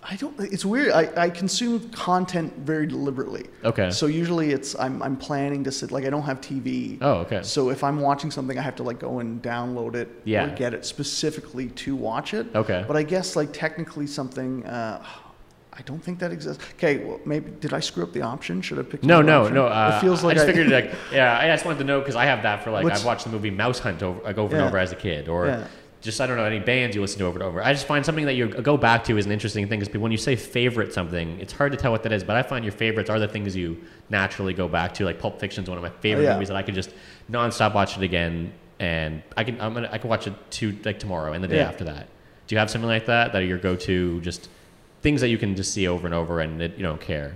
Speaker 2: I don't. It's weird. I, I consume content very deliberately.
Speaker 1: Okay.
Speaker 2: So usually it's I'm I'm planning to sit like I don't have TV.
Speaker 1: Oh, okay.
Speaker 2: So if I'm watching something, I have to like go and download it.
Speaker 1: Yeah.
Speaker 2: Or get it specifically to watch it.
Speaker 1: Okay.
Speaker 2: But I guess like technically something. Uh, I don't think that exists. Okay. Well, maybe did I screw up the option? Should I pick?
Speaker 1: No,
Speaker 2: another
Speaker 1: no,
Speaker 2: option?
Speaker 1: no. Uh,
Speaker 2: it feels like
Speaker 1: I just figured like yeah. I just wanted to know because I have that for like
Speaker 2: What's-
Speaker 1: I've watched the movie Mouse Hunt over like over and
Speaker 2: Yeah.
Speaker 1: over as a kid, or
Speaker 2: Yeah.
Speaker 1: just I don't know any bands you listen to over and over. I just find something that you go back to is an interesting thing because when you say favorite something, it's hard to tell what that is. But I find your favorites are the things you naturally go back to. Like Pulp Fiction's one of my favorite
Speaker 2: Oh, yeah.
Speaker 1: movies that I could just nonstop watch it again, and I can I'm gonna I can watch it to like tomorrow and the day
Speaker 2: Yeah.
Speaker 1: after that. Do you have something like that that are your go-to just things that you can just see over and over and it, you don't care?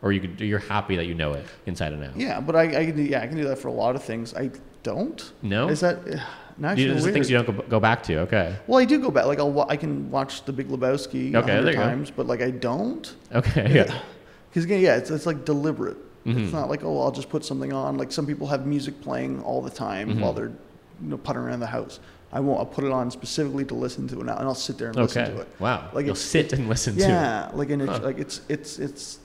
Speaker 1: Or you could, you're happy that you know it inside and out.
Speaker 2: [laughs] Yeah, but I, I can do, yeah I can do that for a lot of things. I don't.
Speaker 1: No?
Speaker 2: Is that uh, not
Speaker 1: You-
Speaker 2: actually
Speaker 1: there's
Speaker 2: weird.
Speaker 1: things you don't go, go back to. Okay.
Speaker 2: Well, I do go back. Like I'll wa- I can watch The Big Lebowski a
Speaker 1: Okay, there
Speaker 2: hundred
Speaker 1: you go.
Speaker 2: times, but like I don't.
Speaker 1: Okay. [laughs] Yeah. Mm-hmm.
Speaker 2: Because again, yeah, it's, it's like deliberate. It's not like oh, I'll just put something on. Like some people have music playing all the time
Speaker 1: Mm-hmm.
Speaker 2: while they're you know puttering around the house. I won't. I'll put it on specifically to listen to it, and I'll and I'll sit there and
Speaker 1: Okay.
Speaker 2: listen to it.
Speaker 1: Wow.
Speaker 2: Like
Speaker 1: You'll
Speaker 2: it's-
Speaker 1: sit and listen to
Speaker 2: Yeah, like in a,
Speaker 1: Huh.
Speaker 2: like it's it's it's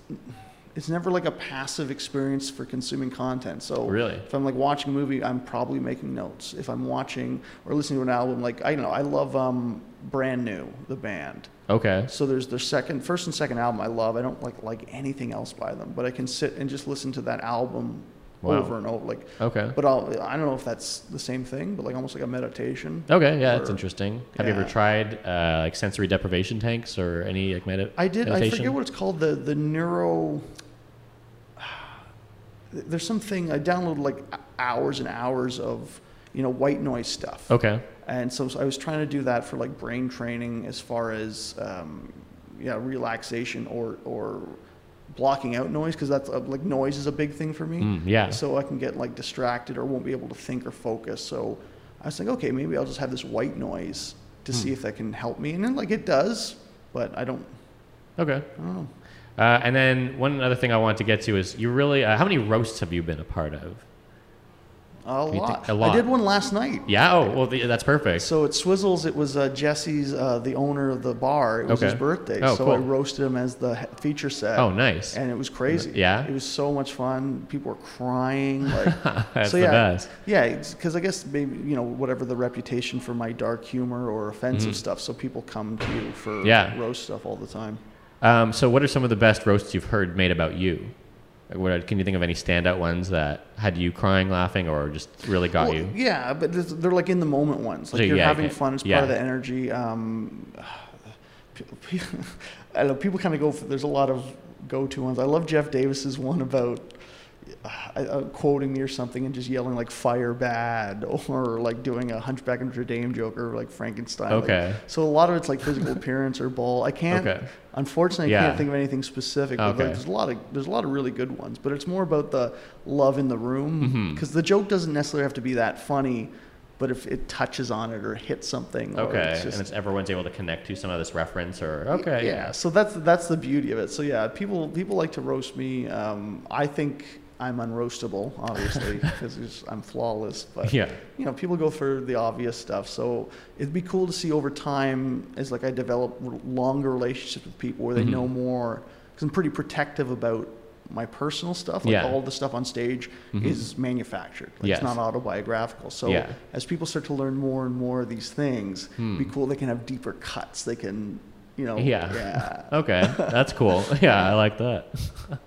Speaker 2: it's never like a passive experience for consuming content. So
Speaker 1: Really?
Speaker 2: if I'm like watching a movie, I'm probably making notes. If I'm watching or listening to an album, like I don't know, I love um, Brand New, the band.
Speaker 1: it. Okay.
Speaker 2: So there's their second, first and second album I love. I don't like like anything else by them, but I can sit and just listen to that album
Speaker 1: Wow.
Speaker 2: over and over. Like,
Speaker 1: Okay.
Speaker 2: but I'll, I don't know if that's the same thing, but like almost like a meditation.
Speaker 1: Okay. Yeah, that's
Speaker 2: or-
Speaker 1: interesting. Have you ever
Speaker 2: yeah.
Speaker 1: tried uh, like sensory deprivation tanks or any like medi-
Speaker 2: I did.
Speaker 1: meditation?
Speaker 2: I forget what it's called. The the neuro. There's something I downloaded like hours and hours of you know white noise stuff.
Speaker 1: Okay.
Speaker 2: And so I was trying to do that for like brain training as far as um, yeah relaxation or or blocking out noise because that's uh, like noise is a big thing for me.
Speaker 1: Mm, yeah.
Speaker 2: So I can get like distracted or won't be able to think or focus. So I was like, okay, maybe I'll just have this white noise to
Speaker 1: Hmm.
Speaker 2: see if that can help me. And then like it does, but I don't
Speaker 1: Okay.
Speaker 2: I don't know.
Speaker 1: Uh, and then one other thing I want to get to is you really uh, how many roasts have you been a part of?
Speaker 2: A
Speaker 1: You
Speaker 2: lot.
Speaker 1: think- a lot.
Speaker 2: I did one last night.
Speaker 1: Yeah. Oh, well, th- that's perfect.
Speaker 2: So at Swizzles, it was uh, Jesse's, uh, the owner of the bar. It was
Speaker 1: Okay.
Speaker 2: his birthday,
Speaker 1: Oh,
Speaker 2: so
Speaker 1: cool.
Speaker 2: I roasted him as the he- feature set.
Speaker 1: Oh, nice.
Speaker 2: And it was crazy.
Speaker 1: Yeah?
Speaker 2: It was so much fun. People were crying.
Speaker 1: [laughs] [laughs]
Speaker 2: Like,
Speaker 1: That's
Speaker 2: so
Speaker 1: the
Speaker 2: yeah,
Speaker 1: best.
Speaker 2: Yeah, because I guess maybe you know whatever the reputation for my dark humor or offensive stuff, so people come to you for
Speaker 1: Mm-hmm. Yeah.
Speaker 2: roast stuff all the time.
Speaker 1: Um, so, what are some of the best roasts you've heard made about you? Like, What, can you think of any standout ones that had you crying, laughing, or just really got
Speaker 2: Well,
Speaker 1: you?
Speaker 2: Yeah, but this- they're like in the moment ones. Like
Speaker 1: So,
Speaker 2: you're
Speaker 1: yeah,
Speaker 2: having
Speaker 1: okay.
Speaker 2: fun. It's
Speaker 1: Yeah.
Speaker 2: part of the energy. Um, [sighs] pe- pe- I don't know people kind of go. For, there's a lot of go-to ones. I love Jeff Davis's one about uh, uh, quoting me or something and just yelling like "fire bad" [laughs] or like doing a Hunchback and Notre Dame joke or like Frankenstein. Like,
Speaker 1: Okay.
Speaker 2: so a lot of it's like physical appearance or ball. I can't.
Speaker 1: Okay.
Speaker 2: Unfortunately, I
Speaker 1: Yeah.
Speaker 2: can't think of anything specific. But
Speaker 1: Okay.
Speaker 2: like, there's a lot of there's a lot of really good ones, but it's more about the love in the room
Speaker 1: Mhm.
Speaker 2: because the joke doesn't necessarily have to be that funny, but if it touches on it or hits something, or
Speaker 1: Okay,
Speaker 2: it's just-
Speaker 1: and it's everyone's able to connect to some of this reference, or okay,
Speaker 2: yeah. So that's that's the beauty of it. So yeah, people people like to roast me. Um, I think I'm unroastable,
Speaker 1: [laughs]
Speaker 2: obviously, because I'm flawless. But
Speaker 1: Yeah.
Speaker 2: you know, people go for the obvious stuff. So it'd be cool to see over time as like I develop r- longer relationships with people
Speaker 1: Mm-hmm.
Speaker 2: where they know more. Because I'm pretty protective about my personal stuff. Like
Speaker 1: Yeah. Mm-hmm.
Speaker 2: all the stuff on stage is manufactured. Like
Speaker 1: Yes.
Speaker 2: It's not autobiographical. So
Speaker 1: Yeah.
Speaker 2: as people start to learn more and more of these things, it'd be cool. They can have deeper cuts. They can, you know,
Speaker 1: Hmm. Yeah. [laughs]
Speaker 2: yeah.
Speaker 1: Okay, that's cool. [laughs] Yeah, I like that. [laughs]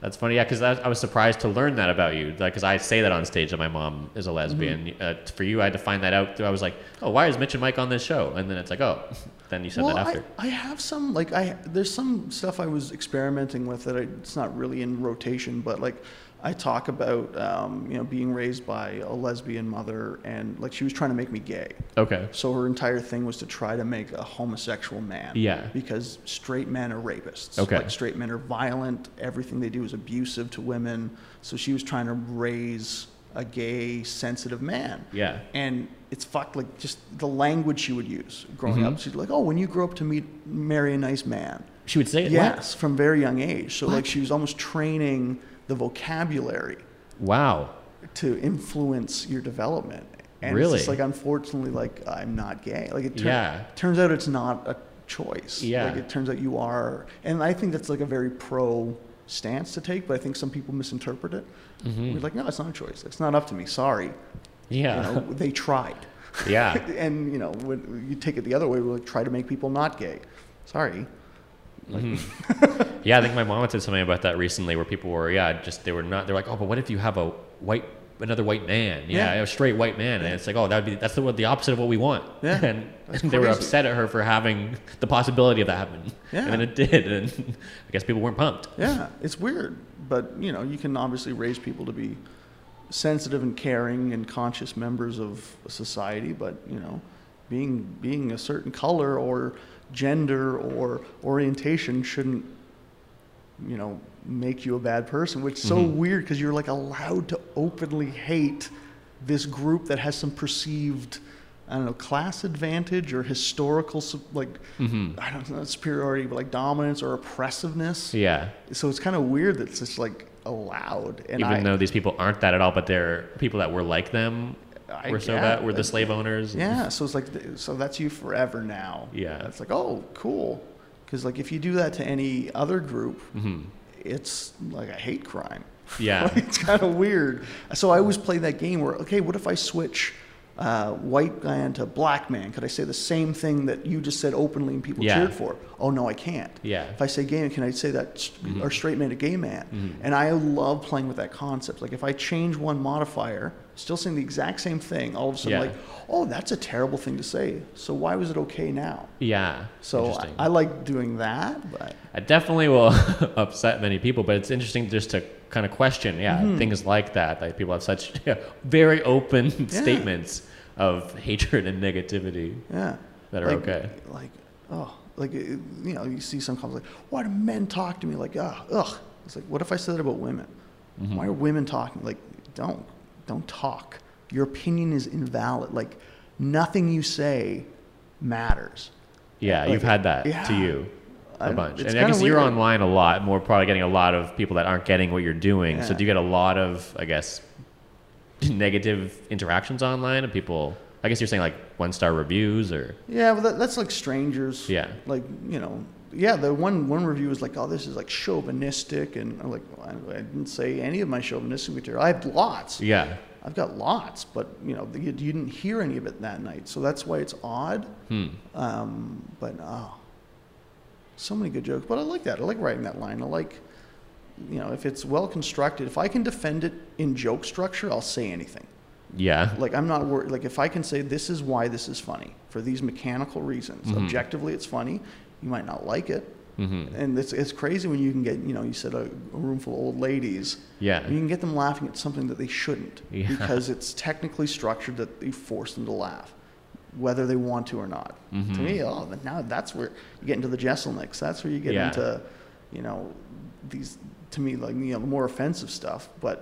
Speaker 1: that's funny. Yeah, because I was surprised to learn that about you. Like, because I say that on stage that my mom is a lesbian.
Speaker 2: Mm-hmm.
Speaker 1: Uh, for you, I had to find that out. through- I was like, oh, why is Mitch and Mike on this show? And then it's like, oh, [laughs] then you said
Speaker 2: well,
Speaker 1: that after.
Speaker 2: I, I have some like I there's some stuff I was experimenting with that I, it's not really in rotation, but like I talk about um, you know being raised by a lesbian mother and like she was trying to make me gay.
Speaker 1: okay.
Speaker 2: So her entire thing was to try to make a homosexual man.
Speaker 1: Yeah.
Speaker 2: Because straight men are rapists.
Speaker 1: Okay.
Speaker 2: Like straight men are violent. Everything they do is abusive to women. So she was trying to raise a gay, sensitive man.
Speaker 1: Yeah.
Speaker 2: And it's fucked. Like just the language she would use growing
Speaker 1: Mm-hmm.
Speaker 2: up. She'd be like, "Oh, when you grow up to meet, marry a nice man."
Speaker 1: She would say it. Wow.
Speaker 2: Yes, from very young age. So like she was almost training the vocabulary
Speaker 1: Wow.
Speaker 2: to influence your development. And
Speaker 1: Really?
Speaker 2: it's just like unfortunately, like I'm not gay. Like it turn-
Speaker 1: Yeah.
Speaker 2: turns out it's not a choice.
Speaker 1: Yeah.
Speaker 2: Like it turns out you are, and I think that's like a very pro stance to take, but I think some people misinterpret it.
Speaker 1: Mm-hmm.
Speaker 2: We're like, no, it's not a choice. It's not up to me. Sorry.
Speaker 1: Yeah. [laughs]
Speaker 2: You know, they tried. [laughs]
Speaker 1: yeah.
Speaker 2: and you know, when you take it the other way, we're like, try to make people not gay. Sorry.
Speaker 1: Yeah. I think my mom said something about that recently where people were, yeah, just they were not, they're like, oh, but what if you have a white, another white man? Yeah.
Speaker 2: Yeah.
Speaker 1: A straight white man. And it's like, oh, that would be, that's the, the opposite of what we want.
Speaker 2: Yeah.
Speaker 1: [laughs] And,
Speaker 2: That's
Speaker 1: and they were
Speaker 2: crazy.
Speaker 1: upset at her for having the possibility of that happening.
Speaker 2: Yeah.
Speaker 1: And then it did. And [laughs] I guess people weren't pumped.
Speaker 2: Yeah, it's weird, but you know, you can obviously raise people to be sensitive and caring and conscious members of society, but you know, being being a certain color or gender or orientation shouldn't you know, make you a bad person, which is so weird because you're like allowed to openly hate this group that has some perceived I don't know, class advantage or historical, sup- like, I don't know, superiority, but like dominance or oppressiveness.
Speaker 1: Yeah.
Speaker 2: So it's kind of weird that it's just like allowed. And
Speaker 1: Even
Speaker 2: I,
Speaker 1: though these people aren't that at all, but they're people that were like them
Speaker 2: I-
Speaker 1: were so
Speaker 2: yeah,
Speaker 1: bad, were the
Speaker 2: that's-
Speaker 1: slave owners.
Speaker 2: yeah, so it's like, th- so that's you forever now.
Speaker 1: Yeah.
Speaker 2: It's like, oh, cool. Because like if you do that to any other group, it's like a hate crime.
Speaker 1: Mm-hmm.
Speaker 2: [laughs]
Speaker 1: Yeah.
Speaker 2: Like, it's kind of weird. So I always play that game where, okay, what if I switch uh, white man to black man? Could I say the same thing that you just said openly and people
Speaker 1: Yeah.
Speaker 2: cheered for? Oh, no, I can't.
Speaker 1: Yeah.
Speaker 2: If I say gay, can I say that, s-
Speaker 1: Mm-hmm.
Speaker 2: or straight man to gay man? And I love playing with that concept. Like if I change one modifier, still saying the exact same thing, all of a sudden,
Speaker 1: Yeah.
Speaker 2: like, oh, that's a terrible thing to say. So why was it okay now?
Speaker 1: Yeah.
Speaker 2: So I,
Speaker 1: Interesting.
Speaker 2: I like doing that, but
Speaker 1: It definitely will [laughs] upset many people, but it's interesting just to kind of question, yeah,
Speaker 2: Mm-hmm.
Speaker 1: things like that. Like people have such [laughs] very open statements of hatred and negativity.
Speaker 2: Yeah.
Speaker 1: that are
Speaker 2: like,
Speaker 1: okay.
Speaker 2: Like, oh, like it- you know, you see some comments like, "Why do men talk to me like ah, ugh?" It's like, what if I said that about women?
Speaker 1: Mm-hmm.
Speaker 2: Why are women talking? Like, don't, don't talk. Your opinion is invalid. Like, nothing you say matters.
Speaker 1: Yeah,
Speaker 2: Like,
Speaker 1: you've had that to
Speaker 2: yeah.
Speaker 1: you a
Speaker 2: I-
Speaker 1: bunch.
Speaker 2: it's
Speaker 1: And I
Speaker 2: kinda
Speaker 1: guess you're
Speaker 2: weird.
Speaker 1: online a lot more, probably getting a lot of people that aren't getting what you're doing. So
Speaker 2: Yeah.
Speaker 1: do you get a lot of, I guess, [laughs] negative interactions online of people? I guess you're saying like one star reviews or
Speaker 2: Yeah, but that, that's like strangers.
Speaker 1: Yeah.
Speaker 2: Like you know, yeah. The one one review was like, "Oh, this is like chauvinistic," and I'm like, well, I, I didn't say any of my chauvinistic material. I have lots.
Speaker 1: yeah,
Speaker 2: I've got lots, but you know, you, you didn't hear any of it that night, so that's why it's odd. Um, but oh, so many good jokes. But I like that. I like writing that line. I like, you know, if it's well constructed. If I can defend it in joke structure, I'll say anything.
Speaker 1: yeah,
Speaker 2: Like I'm not worried. Like if I can say this is why this is funny for these mechanical reasons. Objectively, it's funny. You might not like it,
Speaker 1: Mm-hmm.
Speaker 2: and it's it's crazy when you can get you know you said a, a room full of old ladies.
Speaker 1: Yeah.
Speaker 2: You can get them laughing at something that they shouldn't
Speaker 1: Yeah. [laughs]
Speaker 2: because it's technically structured that you force them to laugh, whether they want to or not. To me, oh, but now that's where you get into the Jesselnicks. That's where you get
Speaker 1: Mm-hmm. Yeah.
Speaker 2: into, you know, these to me like you know the more offensive stuff. But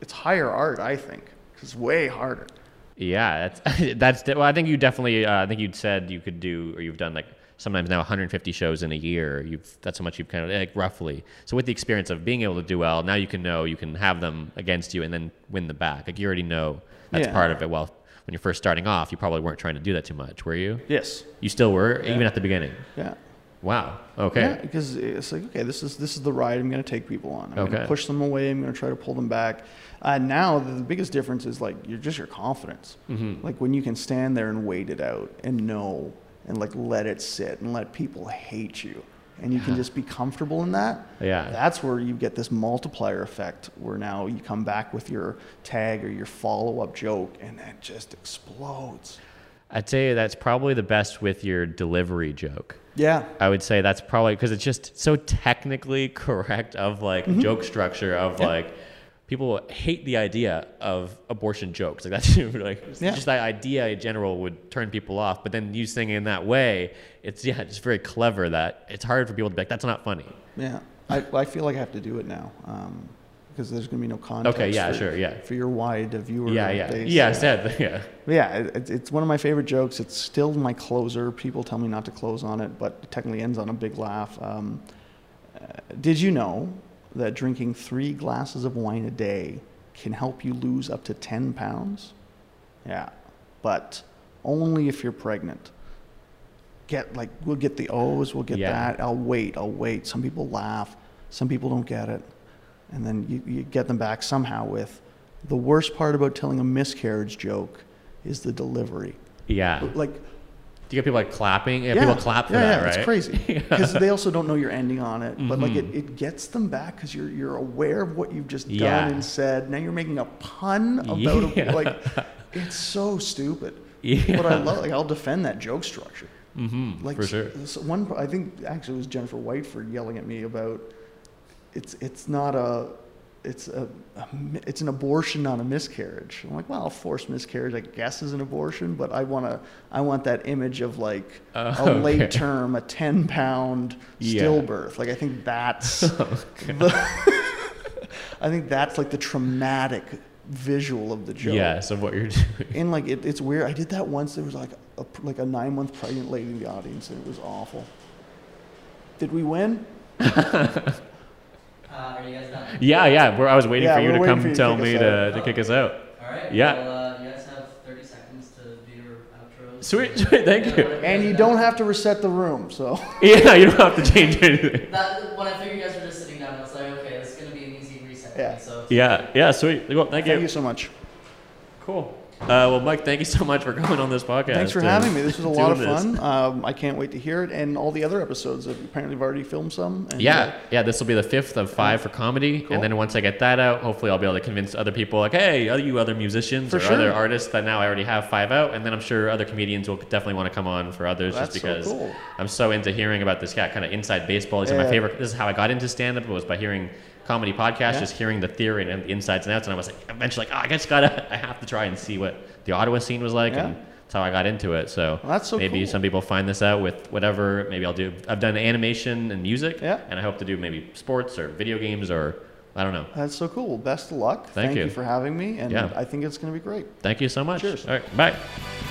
Speaker 2: it's higher art, I think. 'cause It's way harder.
Speaker 1: yeah. That's [laughs] that's de- well. I think you definitely. Uh, I think you'd said you could do or you've done like sometimes now 150 shows in a year. You've that's how much you've kind of like roughly. So with the experience of being able to do well, now you can know you can have them against you and then win the back. Like you already know that's
Speaker 2: Yeah.
Speaker 1: part of it. Well, when you're first starting off, you probably weren't trying to do that too much, were you?
Speaker 2: Yes.
Speaker 1: You still were even at the beginning.
Speaker 2: Yeah.
Speaker 1: Wow.
Speaker 2: Yeah,
Speaker 1: Okay.
Speaker 2: because it's like okay, this is this is the ride I'm going to take people on. I'm going
Speaker 1: Okay.
Speaker 2: to push them away. I'm going to try to pull them back. Uh, now the, the biggest difference is like you're just your confidence.
Speaker 1: Mm-hmm.
Speaker 2: Like when you can stand there and wait it out and know and like let it sit and let people hate you and you can just be comfortable in that.
Speaker 1: Yeah.
Speaker 2: That's where you get this multiplier effect where now you come back with your tag or your follow-up joke and that just explodes.
Speaker 1: I'd say that's probably the best with your delivery joke.
Speaker 2: Yeah.
Speaker 1: I would say that's probably because it's just so technically correct of like
Speaker 2: Mm-hmm.
Speaker 1: joke structure of like people hate the idea of abortion jokes like [laughs] that's like
Speaker 2: Yeah.
Speaker 1: just that idea in general would turn people off but then you sing in that way it's yeah just very clever that it's hard for people to be like that's not funny
Speaker 2: Yeah, I, I feel like I have to do it now um, because there's going to be no context.
Speaker 1: Okay, yeah,
Speaker 2: for,
Speaker 1: sure, yeah.
Speaker 2: For your wide viewer.
Speaker 1: yeah yeah
Speaker 2: base.
Speaker 1: yeah sad [laughs] yeah
Speaker 2: Yeah, it, it's- it's one of my favorite jokes. It's still my closer. People tell me not to close on it, but it technically ends on a big laugh. Um, uh, did you know that drinking three glasses of wine a day can help you lose up to 10 pounds? Yeah, but only if you're pregnant. get like we'll get the O's, we'll get
Speaker 1: Yeah.
Speaker 2: that. I'll wait, I'll wait. Some people laugh, some people don't get it, and then you, you get them back somehow with. The worst part about telling a miscarriage joke is the delivery.
Speaker 1: Yeah. Do
Speaker 2: Like
Speaker 1: you get people like clapping? Yeah, people clap for
Speaker 2: yeah,
Speaker 1: that,
Speaker 2: yeah,
Speaker 1: right? Mm-hmm.
Speaker 2: It's
Speaker 1: [laughs]
Speaker 2: crazy because they also don't know you're ending on it, but like it, it gets them back because you're you're aware of what you've just done
Speaker 1: Yeah.
Speaker 2: and said. Now you're making a pun about
Speaker 1: Yeah.
Speaker 2: a, like it's so stupid.
Speaker 1: Yeah.
Speaker 2: But I love like I'll defend that joke structure. Mm-hmm, like
Speaker 1: for
Speaker 2: s-
Speaker 1: sure.
Speaker 2: s- one, I think actually it was Jennifer Whiteford yelling at me about it's it's not a it's a, a mi- it's an abortion, not a miscarriage. I'm like, well, a forced miscarriage, I guess, is an abortion, but I want to I want that image of like
Speaker 1: Oh,
Speaker 2: a
Speaker 1: [laughs]
Speaker 2: late
Speaker 1: okay.
Speaker 2: term, a ten pound
Speaker 1: Yeah. Oh,
Speaker 2: stillbirth. Like I
Speaker 1: [laughs]
Speaker 2: think that's the, [laughs] I think that's like the traumatic visual of the joke.
Speaker 1: Yes, of what you're [laughs] doing.
Speaker 2: And like it, it's weird. I did that once. There was like a like a nine month pregnant lady in the audience, and it was awful. Did we win?
Speaker 3: Uh, are you guys done?
Speaker 1: Yeah, yeah. We're, I was waiting
Speaker 2: Yeah,
Speaker 1: for you
Speaker 2: we're
Speaker 1: to
Speaker 2: waiting
Speaker 1: come
Speaker 2: for you to
Speaker 1: tell
Speaker 2: kick
Speaker 1: me
Speaker 2: us
Speaker 1: to,
Speaker 2: out.
Speaker 1: to kick us out.
Speaker 3: All right.
Speaker 1: Yeah.
Speaker 3: Well, uh, you guys have 30 seconds to do your outros.
Speaker 1: Sweet, sweet, thank you.
Speaker 3: whatever
Speaker 2: And
Speaker 3: guys
Speaker 2: you
Speaker 3: got.
Speaker 2: don't have to reset the room, so.
Speaker 1: [laughs] Yeah, you don't have to change anything.
Speaker 3: That, when I figured you guys were just sitting down, I was like, okay, this is gonna be an easy reset. for me,
Speaker 2: Yeah.
Speaker 3: So.
Speaker 1: Yeah, yeah. Sweet. Well, thank,
Speaker 2: Thank
Speaker 1: you.
Speaker 2: you so much.
Speaker 1: Cool. Uh, well, Mike, thank you so much for coming on this podcast. Uh,
Speaker 2: Thanks for
Speaker 1: and
Speaker 2: having me. This was a lot of
Speaker 1: doing this.
Speaker 2: fun. Um, I can't wait to hear it and all the other episodes. Apparently, I've already filmed some. And, uh,
Speaker 1: Yeah, yeah. This will be the fifth of five for comedy,
Speaker 2: Cool.
Speaker 1: and then once I get that out, hopefully I'll be able to convince other people, like, hey, are you other musicians
Speaker 2: For
Speaker 1: or other
Speaker 2: sure.
Speaker 1: artists that now I already have five out, and then I'm sure other comedians will definitely want to come on for others, just
Speaker 2: That's so
Speaker 1: because
Speaker 2: cool.
Speaker 1: I'm so into hearing about this kind of inside baseball. These are my
Speaker 2: Yeah.
Speaker 1: favorite. This is how I got into stand up was by hearing comedy podcasts,
Speaker 2: Yeah.
Speaker 1: just hearing the theory and the insides and outs, and I was like, eventually, like, oh, I just gotta, I have to try and see what the Ottawa scene was like,
Speaker 2: Yeah.
Speaker 1: and that's how I got into it. So
Speaker 2: Well, that's so
Speaker 1: maybe
Speaker 2: cool.
Speaker 1: some people find this out with whatever. Maybe I'll do. I've done animation and music,
Speaker 2: Yeah.
Speaker 1: and I hope to do maybe sports or video games or I don't know.
Speaker 2: That's so cool. Best of luck.
Speaker 1: Thank you.
Speaker 2: for having me. And
Speaker 1: Yeah.
Speaker 2: I think it's going to be great.
Speaker 1: Thank you so much.
Speaker 2: Cheers.
Speaker 1: All right, bye.